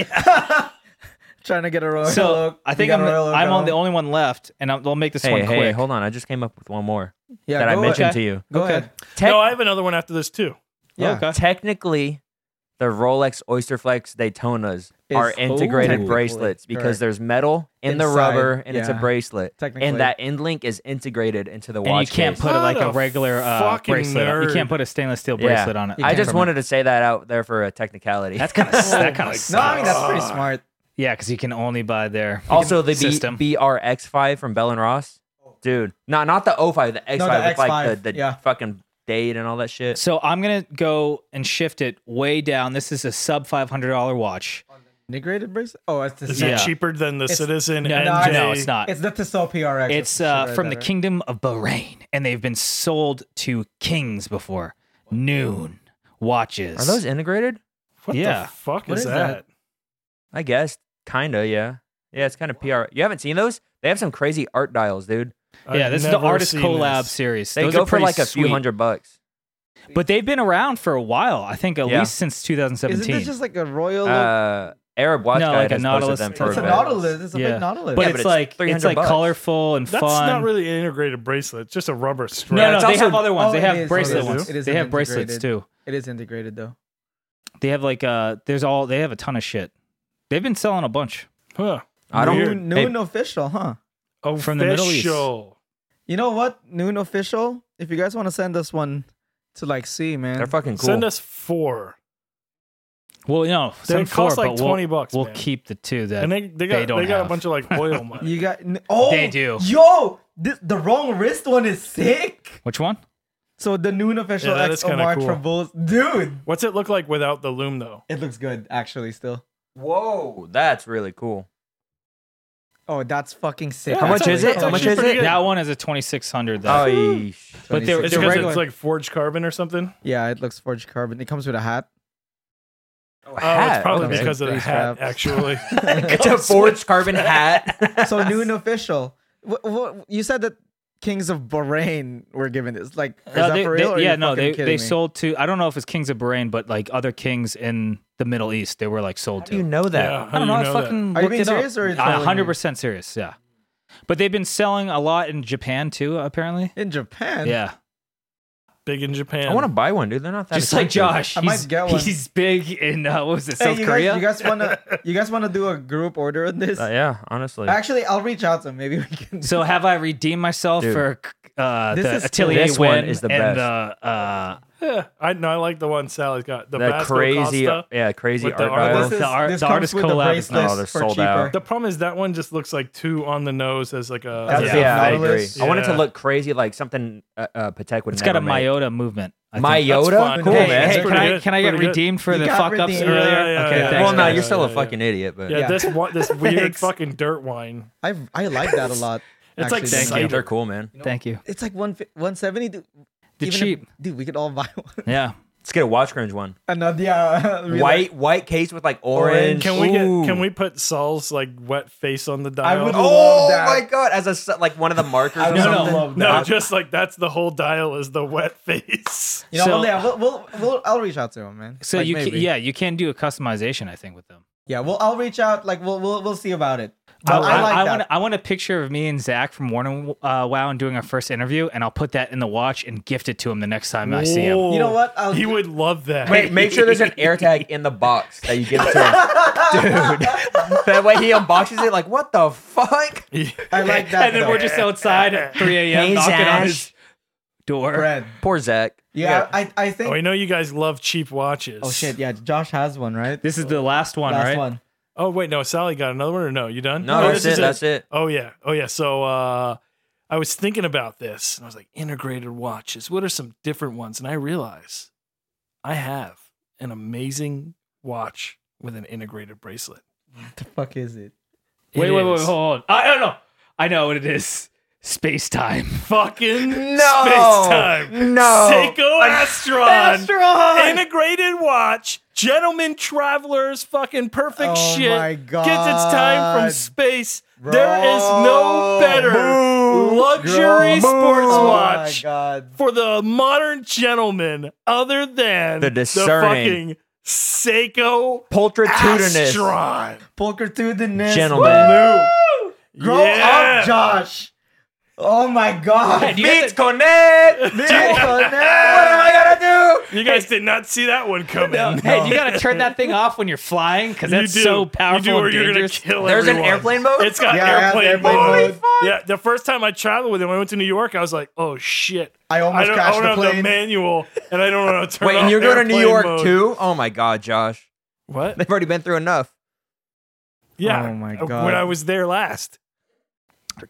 Speaker 2: Trying to get a royal
Speaker 1: so
Speaker 2: oak.
Speaker 1: I
Speaker 2: You
Speaker 1: think
Speaker 2: got a
Speaker 1: I'm the,
Speaker 2: Royal Oak
Speaker 1: I'm on the
Speaker 2: going?
Speaker 1: only one left, and I'll, I'll make this
Speaker 4: Hey,
Speaker 1: one
Speaker 4: hey,
Speaker 1: quick.
Speaker 4: hold on! I just came up with one more
Speaker 2: yeah,
Speaker 4: that I
Speaker 2: go
Speaker 4: mentioned
Speaker 2: ahead.
Speaker 4: to you.
Speaker 2: Go
Speaker 1: Okay.
Speaker 2: ahead.
Speaker 3: no,
Speaker 4: Tech-
Speaker 3: I have another one after this too.
Speaker 2: Yeah.
Speaker 1: Okay.
Speaker 4: technically the Rolex Oysterflex Daytonas are
Speaker 2: Is-
Speaker 4: integrated
Speaker 1: Ooh.
Speaker 4: bracelets because
Speaker 2: Correct.
Speaker 4: there's metal in the
Speaker 2: Inside,
Speaker 4: rubber and it's a
Speaker 2: yeah.
Speaker 4: bracelet.
Speaker 2: Technically.
Speaker 4: And that end link is integrated into the watch.
Speaker 1: And you can't
Speaker 4: case.
Speaker 1: put it like
Speaker 3: What
Speaker 1: a
Speaker 3: a
Speaker 1: regular uh,
Speaker 3: fucking
Speaker 1: bracelet. on- You
Speaker 3: nerd.
Speaker 1: can't put a stainless steel
Speaker 4: Yeah.
Speaker 1: bracelet on it.
Speaker 2: You
Speaker 4: I
Speaker 2: can't
Speaker 4: just
Speaker 2: from it.
Speaker 4: wanted to say that out there for a technicality.
Speaker 1: That's kind of that kind
Speaker 3: my
Speaker 1: of
Speaker 2: No, I mean that's
Speaker 4: Uh,
Speaker 2: pretty smart.
Speaker 1: yeah, because you can only buy there.
Speaker 4: also the
Speaker 1: system. Oh.
Speaker 4: B- BRX5 from Bell and Ross. Dude, no, not the 05, the
Speaker 2: the
Speaker 4: X5 with like
Speaker 2: X5,
Speaker 4: the, the
Speaker 2: yeah.
Speaker 4: fucking date and all that shit.
Speaker 1: So I'm gonna go and shift it way down. This is a sub five hundred dollar watch.
Speaker 2: Integrated bracelet. Oh, it's
Speaker 3: Is
Speaker 2: the
Speaker 1: Yeah.
Speaker 3: it cheaper than the Citizen
Speaker 1: No,
Speaker 2: no,
Speaker 3: NJ?
Speaker 1: no, it's not.
Speaker 2: It's the Tissot PRX.
Speaker 1: It's uh, from the Kingdom of Bahrain, and they've been sold to kings before. Noon watches.
Speaker 4: Are those integrated?
Speaker 3: What
Speaker 1: Yeah.
Speaker 3: the fuck
Speaker 2: What
Speaker 3: is
Speaker 2: is
Speaker 3: that?
Speaker 4: I guess kinda, yeah. Yeah, it's kind of PR. You haven't seen those? They have some crazy art dials, dude.
Speaker 1: yeah,
Speaker 3: I've
Speaker 1: this is the
Speaker 3: never
Speaker 1: artist
Speaker 3: seen
Speaker 1: collab
Speaker 3: this.
Speaker 1: series.
Speaker 4: They
Speaker 1: Those
Speaker 4: go
Speaker 1: are
Speaker 4: for
Speaker 1: pretty
Speaker 4: like a few
Speaker 1: sweet.
Speaker 4: hundred bucks.
Speaker 1: but they've been around for a while. I think at
Speaker 4: Yeah.
Speaker 1: least since
Speaker 2: Isn't
Speaker 1: 2017.
Speaker 2: this just like a royal?
Speaker 4: Uh, Arab watch
Speaker 1: No, like
Speaker 4: guide
Speaker 1: a
Speaker 4: has posted
Speaker 1: Nautilus
Speaker 4: them
Speaker 1: or
Speaker 4: for
Speaker 2: it's a
Speaker 4: a bit.
Speaker 2: Nautilus. It's a
Speaker 1: Yeah.
Speaker 2: big Nautilus.
Speaker 1: but
Speaker 4: Yeah,
Speaker 1: it's
Speaker 4: but it's
Speaker 1: like it's
Speaker 4: 300
Speaker 1: like
Speaker 4: bucks.
Speaker 1: colorful and
Speaker 3: That's
Speaker 1: fun.
Speaker 3: not really an integrated bracelet. It's just a rubber strap.
Speaker 1: no, no,
Speaker 4: it's
Speaker 1: they
Speaker 4: also-
Speaker 1: have other ones.
Speaker 2: Oh,
Speaker 1: they
Speaker 2: it
Speaker 1: have
Speaker 2: is,
Speaker 1: bracelet
Speaker 3: it is.
Speaker 1: ones.
Speaker 2: It is
Speaker 1: They have bracelets
Speaker 2: integrated.
Speaker 1: too.
Speaker 2: it is integrated though.
Speaker 1: They have like uh, there's all they have a ton of shit. They've been selling a bunch.
Speaker 3: Huh.
Speaker 4: I don't.
Speaker 2: Noon,
Speaker 3: Weird.
Speaker 4: Hey,
Speaker 2: noon official, huh?
Speaker 3: Official.
Speaker 1: From the Middle East.
Speaker 2: You know what? Noon official. If you guys want to send us one to like see, man,
Speaker 4: they're fucking cool.
Speaker 3: Send us four.
Speaker 1: Well, no,
Speaker 3: They
Speaker 1: some
Speaker 3: cost
Speaker 1: four,
Speaker 3: like
Speaker 1: but we'll-
Speaker 3: 20 bucks,
Speaker 1: We'll
Speaker 3: man.
Speaker 1: keep the two that
Speaker 3: And they, they got,
Speaker 1: they
Speaker 3: they
Speaker 1: don't
Speaker 3: got
Speaker 1: have.
Speaker 3: a bunch of like oil money.
Speaker 2: you got n- oh
Speaker 1: They do.
Speaker 2: Yo, this, the wrong wrist one is sick.
Speaker 1: Which one?
Speaker 2: So the noon official
Speaker 3: Yeah, that
Speaker 2: X
Speaker 3: is kinda
Speaker 2: Omar
Speaker 3: cool.
Speaker 2: Travels, dude,
Speaker 3: What's it look like without the loom though?
Speaker 2: it looks good actually. Still,
Speaker 4: Whoa, that's really cool.
Speaker 2: oh, that's fucking sick.
Speaker 3: Yeah,
Speaker 4: How
Speaker 3: that's
Speaker 4: much
Speaker 3: a-
Speaker 4: is it?
Speaker 3: that's
Speaker 4: How much
Speaker 3: actually
Speaker 4: is
Speaker 3: pretty
Speaker 4: it?
Speaker 3: good.
Speaker 1: That one is a 2600 though.
Speaker 4: Oh, yeesh.
Speaker 1: But they're-
Speaker 3: It's
Speaker 1: they're
Speaker 3: because
Speaker 1: regular-
Speaker 3: it's like forged carbon or something.
Speaker 2: yeah, it looks forged carbon. It comes with a hat.
Speaker 4: A
Speaker 3: Oh,
Speaker 4: hat.
Speaker 3: it's probably
Speaker 2: okay.
Speaker 3: because of the
Speaker 2: Three
Speaker 3: hat,
Speaker 2: straps.
Speaker 3: actually.
Speaker 4: it's a forged carbon hat.
Speaker 2: So noon official. What, what, you said that Kings of Bahrain were given this. Like, is
Speaker 1: Uh,
Speaker 2: that
Speaker 1: they-
Speaker 2: for real?
Speaker 1: they-
Speaker 2: or are you
Speaker 1: yeah, no,
Speaker 2: fucking
Speaker 1: they
Speaker 2: kidding
Speaker 1: they
Speaker 2: me?
Speaker 1: sold to I don't know if it's Kings of Bahrain, but like other kings in the Middle East, they were like sold
Speaker 4: How
Speaker 1: to.
Speaker 4: do you know that?
Speaker 3: Yeah.
Speaker 1: I don't
Speaker 3: How do
Speaker 1: know.
Speaker 3: you
Speaker 1: I
Speaker 3: know that?
Speaker 1: fucking
Speaker 2: Are you
Speaker 1: looked
Speaker 2: being
Speaker 1: it up.
Speaker 2: serious or are you
Speaker 1: I-
Speaker 2: trolling me?
Speaker 1: 100% serious? Yeah, but they've been selling a lot in Japan too, apparently.
Speaker 2: in Japan.
Speaker 1: Yeah,
Speaker 3: Big in Japan.
Speaker 4: I want to buy one, dude. They're not that
Speaker 1: just like
Speaker 4: expensive.
Speaker 1: Josh,
Speaker 2: I might
Speaker 1: he's,
Speaker 2: get one.
Speaker 1: he's big in uh, what was it, South
Speaker 2: hey, you
Speaker 1: Korea? Oh,
Speaker 2: Guys, you guys wanna you guys wanna do a group order on this?
Speaker 4: Uh, yeah, honestly.
Speaker 2: Actually, I'll reach out to him. Maybe we can.
Speaker 1: so have I redeemed myself
Speaker 4: Dude.
Speaker 1: for c- uh,
Speaker 2: This
Speaker 1: the
Speaker 2: is-
Speaker 1: Atelier
Speaker 4: This one
Speaker 1: win
Speaker 4: is the
Speaker 1: and
Speaker 4: best.
Speaker 1: the uh,
Speaker 3: Eh, I no, I like the one Sally's got. The,
Speaker 4: that
Speaker 3: Vasco
Speaker 4: crazy,
Speaker 3: Costa.
Speaker 4: yeah, crazy
Speaker 3: with the
Speaker 4: art
Speaker 3: art-
Speaker 4: dial.
Speaker 1: This is- uh, the art- the artist collab is-
Speaker 4: no, Oh, they're sold out.
Speaker 3: The problem is that one just looks like two on the nose as like a.
Speaker 2: That's
Speaker 3: as a-
Speaker 2: it.
Speaker 4: yeah, I agree.
Speaker 2: Nautilus.
Speaker 4: I want it to
Speaker 3: Yeah.
Speaker 4: look crazy, like something uh, uh, Patek would
Speaker 1: it's got
Speaker 4: never
Speaker 1: a Myota movement. I think.
Speaker 3: That's
Speaker 4: Myota,
Speaker 3: fine.
Speaker 4: cool
Speaker 1: hey,
Speaker 2: Hey,
Speaker 4: man.
Speaker 2: that's
Speaker 1: hey, can
Speaker 3: pretty
Speaker 1: I
Speaker 3: good.
Speaker 1: can I get
Speaker 3: Pretty good.
Speaker 1: redeemed for
Speaker 2: You
Speaker 1: the
Speaker 2: got
Speaker 1: fuck ups
Speaker 2: redeemed.
Speaker 1: earlier?
Speaker 3: Yeah, yeah,
Speaker 1: okay,
Speaker 3: yeah.
Speaker 1: thanks.
Speaker 4: well, no,
Speaker 1: guys.
Speaker 4: you're still a
Speaker 3: Yeah, yeah.
Speaker 4: fucking idiot, but
Speaker 3: yeah,
Speaker 2: Yeah.
Speaker 3: this one, this weird
Speaker 2: Thanks.
Speaker 3: fucking dirt wine.
Speaker 2: I I like that a lot.
Speaker 3: It's like
Speaker 2: actually.
Speaker 4: Thank
Speaker 3: cider.
Speaker 4: you. they're cool, man.
Speaker 1: Thank you.
Speaker 2: It's like one one seventy. Dude,
Speaker 1: The
Speaker 2: even if-
Speaker 1: cheap.
Speaker 2: dude, we could all buy one.
Speaker 1: Yeah.
Speaker 4: Let's get a watch cringe one.
Speaker 2: Another yeah, really.
Speaker 4: White, white case with like orange.
Speaker 3: Can we get?
Speaker 4: Ooh.
Speaker 3: Can we put Saul's like wet face on the dial?
Speaker 2: would
Speaker 3: oh,
Speaker 4: Oh
Speaker 2: Love that.
Speaker 4: my god! As a se- like one of the markers.
Speaker 2: I
Speaker 4: or
Speaker 2: would
Speaker 1: no,
Speaker 4: something.
Speaker 2: love
Speaker 3: no,
Speaker 2: that.
Speaker 3: just like that's the whole dial is the wet face.
Speaker 2: You know,
Speaker 1: So-
Speaker 2: well, yeah, we'll, we'll, we'll, I'll reach out to him, man.
Speaker 1: So
Speaker 2: Like,
Speaker 1: you can,
Speaker 2: maybe.
Speaker 1: yeah you can do a customization I think with them.
Speaker 2: yeah, well, I'll reach out. Like, we'll, we'll, we'll see about it.
Speaker 1: I,
Speaker 2: But I, like
Speaker 1: Oh, I,
Speaker 2: that.
Speaker 1: want I want a picture of me and Zach from Warner uh, Wow and doing our first interview, and I'll put that in the watch and gift it to him the next time I see him.
Speaker 3: Whoa.
Speaker 2: You know what? I'll
Speaker 3: he
Speaker 2: do-
Speaker 3: would love that.
Speaker 4: Wait, make sure there's an AirTag in the box that you give it to him, dude. That way he unboxes it like, what the fuck?
Speaker 2: I like that.
Speaker 1: and then
Speaker 2: though.
Speaker 1: we're just outside at 3 a.m.
Speaker 4: Hey,
Speaker 1: knocking on
Speaker 4: Zach.
Speaker 1: his door.
Speaker 2: Fred.
Speaker 4: Poor Zach.
Speaker 2: Yeah, I, I
Speaker 3: Oh,
Speaker 2: think.
Speaker 3: I know you guys love cheap watches.
Speaker 2: Oh shit! Yeah, Josh has one, right?
Speaker 1: This is the last one,
Speaker 2: Last
Speaker 1: right?
Speaker 2: one.
Speaker 3: Oh wait, no, Sally got another one or no? You done?
Speaker 4: No,
Speaker 3: Oh,
Speaker 4: that's
Speaker 3: this is
Speaker 4: it. That's it.
Speaker 3: Oh yeah. Oh yeah. So uh I was thinking about this and I was like, integrated watches. What are some different ones? And I realize I have an amazing watch with an integrated bracelet.
Speaker 2: What the fuck is it?
Speaker 3: It
Speaker 1: Wait, wait, wait,
Speaker 3: is
Speaker 1: hold on. I don't know. I know what it is. Space time.
Speaker 3: Fucking
Speaker 4: No!
Speaker 3: space time.
Speaker 4: No!
Speaker 3: Seiko Astron.
Speaker 4: Astron!
Speaker 3: Integrated watch. Gentlemen travelers. Fucking perfect
Speaker 2: Oh
Speaker 3: shit.
Speaker 2: my
Speaker 3: Gets its time from
Speaker 2: God.
Speaker 3: space. There is no
Speaker 2: Bro.
Speaker 3: better
Speaker 4: Boo.
Speaker 3: luxury
Speaker 4: Bro.
Speaker 3: sports
Speaker 4: Oh
Speaker 2: oh
Speaker 3: watch
Speaker 2: my god!
Speaker 3: for the modern gentleman other than
Speaker 4: The discerning.
Speaker 3: fucking Seiko
Speaker 4: Pulchritudinous.
Speaker 3: Astron.
Speaker 2: Pulchritude
Speaker 4: Gentlemen.
Speaker 2: Grow
Speaker 3: Yeah.
Speaker 2: up, Josh. Oh my god!
Speaker 4: Beats connect!
Speaker 2: Dude, oh,
Speaker 4: What am
Speaker 2: no.
Speaker 4: I gonna do?
Speaker 3: You guys did not see that one coming.
Speaker 1: Hey, you gotta turn that thing off when you're flying because
Speaker 3: You
Speaker 1: that's
Speaker 3: do.
Speaker 1: so powerful
Speaker 3: You do, or
Speaker 1: and
Speaker 3: you're gonna
Speaker 1: dangerous.
Speaker 3: kill
Speaker 4: There's an
Speaker 3: everyone.
Speaker 4: airplane mode?
Speaker 3: It's got
Speaker 2: Yeah, it has
Speaker 3: airplane,
Speaker 2: airplane
Speaker 3: mode.
Speaker 2: mode.
Speaker 3: Yeah, the first time I traveled with him, I went to New York. I was like, "Oh shit!"
Speaker 2: I almost
Speaker 3: I don't,
Speaker 2: crashed
Speaker 3: I
Speaker 2: the
Speaker 3: don't have the
Speaker 2: plane.
Speaker 3: manual, and I don't know how to turn.
Speaker 4: Wait,
Speaker 3: off
Speaker 4: and you're going to New
Speaker 3: airplane
Speaker 4: York
Speaker 3: mode.
Speaker 4: too? Oh my god, Josh.
Speaker 3: What?
Speaker 4: They've already been through enough.
Speaker 3: Yeah.
Speaker 2: Oh my
Speaker 3: uh, When
Speaker 2: God.
Speaker 3: I was there last.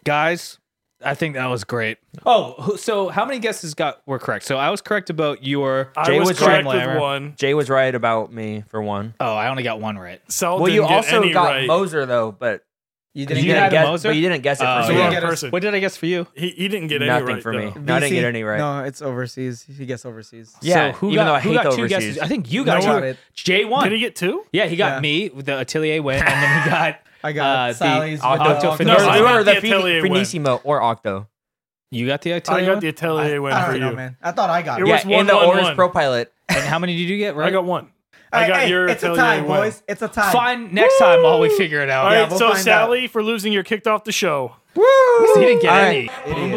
Speaker 1: Guys, I think that was great. Oh, who- so how many guesses got were correct? So I was correct about your.
Speaker 4: Jay
Speaker 3: I was
Speaker 4: was
Speaker 3: correct
Speaker 1: right.
Speaker 3: with one.
Speaker 4: Jay was right about me for one.
Speaker 1: Oh, I only got one right.
Speaker 3: Sal
Speaker 4: Well,
Speaker 3: didn't
Speaker 4: you
Speaker 3: get
Speaker 4: also
Speaker 3: any
Speaker 4: got
Speaker 3: right.
Speaker 4: Moser though, but
Speaker 2: You
Speaker 4: you
Speaker 2: didn't
Speaker 1: You
Speaker 4: didn't
Speaker 1: had
Speaker 2: get it.
Speaker 4: guess,
Speaker 1: Moser?
Speaker 4: but you didn't guess it
Speaker 1: Oh,
Speaker 4: for
Speaker 3: So
Speaker 4: me.
Speaker 1: yeah.
Speaker 3: wrong
Speaker 2: get us-
Speaker 3: person.
Speaker 1: What did I guess for you?
Speaker 3: He, he didn't get
Speaker 4: Nothing
Speaker 3: any right
Speaker 4: for me.
Speaker 3: though.
Speaker 4: No, I didn't get
Speaker 2: VC?
Speaker 4: any right.
Speaker 2: No, it's overseas. He gets overseas.
Speaker 4: Yeah,
Speaker 1: So who
Speaker 4: even
Speaker 1: got,
Speaker 4: though I
Speaker 1: who
Speaker 4: hate
Speaker 1: got
Speaker 4: the
Speaker 1: two
Speaker 4: overseas.
Speaker 1: guesses? I think you got
Speaker 2: No one-
Speaker 1: two. Jay won.
Speaker 3: Did he get two?
Speaker 1: yeah, he got
Speaker 2: Yeah.
Speaker 1: me with the Atelier win, and then he got.
Speaker 2: I got
Speaker 1: Uh, the
Speaker 2: Sally's
Speaker 1: Octo-
Speaker 2: Octo-
Speaker 1: Octo-
Speaker 4: No,
Speaker 1: No, I
Speaker 4: you
Speaker 3: got
Speaker 4: were
Speaker 3: the
Speaker 4: the Fini-
Speaker 3: Atelier win.
Speaker 4: Finissimo or Octo.
Speaker 1: You got the
Speaker 3: I
Speaker 1: Atelier.
Speaker 3: got the
Speaker 1: win?
Speaker 3: Atelier win
Speaker 2: I
Speaker 3: for
Speaker 2: don't
Speaker 3: you.
Speaker 2: know, man. I thought I got it.
Speaker 3: It
Speaker 4: Yeah,
Speaker 3: was one,
Speaker 4: and the
Speaker 3: one,
Speaker 4: Oris
Speaker 3: one.
Speaker 4: Pro Pilot.
Speaker 1: and how many did you get? Right.
Speaker 3: I got one. I
Speaker 2: Hey,
Speaker 3: got
Speaker 2: hey,
Speaker 3: your
Speaker 2: It's a
Speaker 3: Atelier
Speaker 2: tie,
Speaker 3: win.
Speaker 2: boys. It's a tie.
Speaker 1: Fine. Next time, I'll we figure it out.
Speaker 3: All right,
Speaker 2: we'll
Speaker 3: so
Speaker 2: find
Speaker 3: Sally, for losing, you're kicked off the show.
Speaker 1: He didn't get
Speaker 4: All right.
Speaker 1: any.
Speaker 2: Idiot.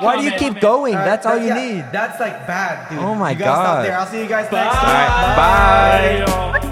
Speaker 4: Why do you keep going? That's all you
Speaker 2: yeah,
Speaker 4: need.
Speaker 2: That's like bad, dude.
Speaker 4: Oh my
Speaker 2: you guys Stop
Speaker 4: God.
Speaker 2: there. I'll see you guys next
Speaker 4: All
Speaker 2: time.
Speaker 4: right, bye.
Speaker 3: Hey, y'all.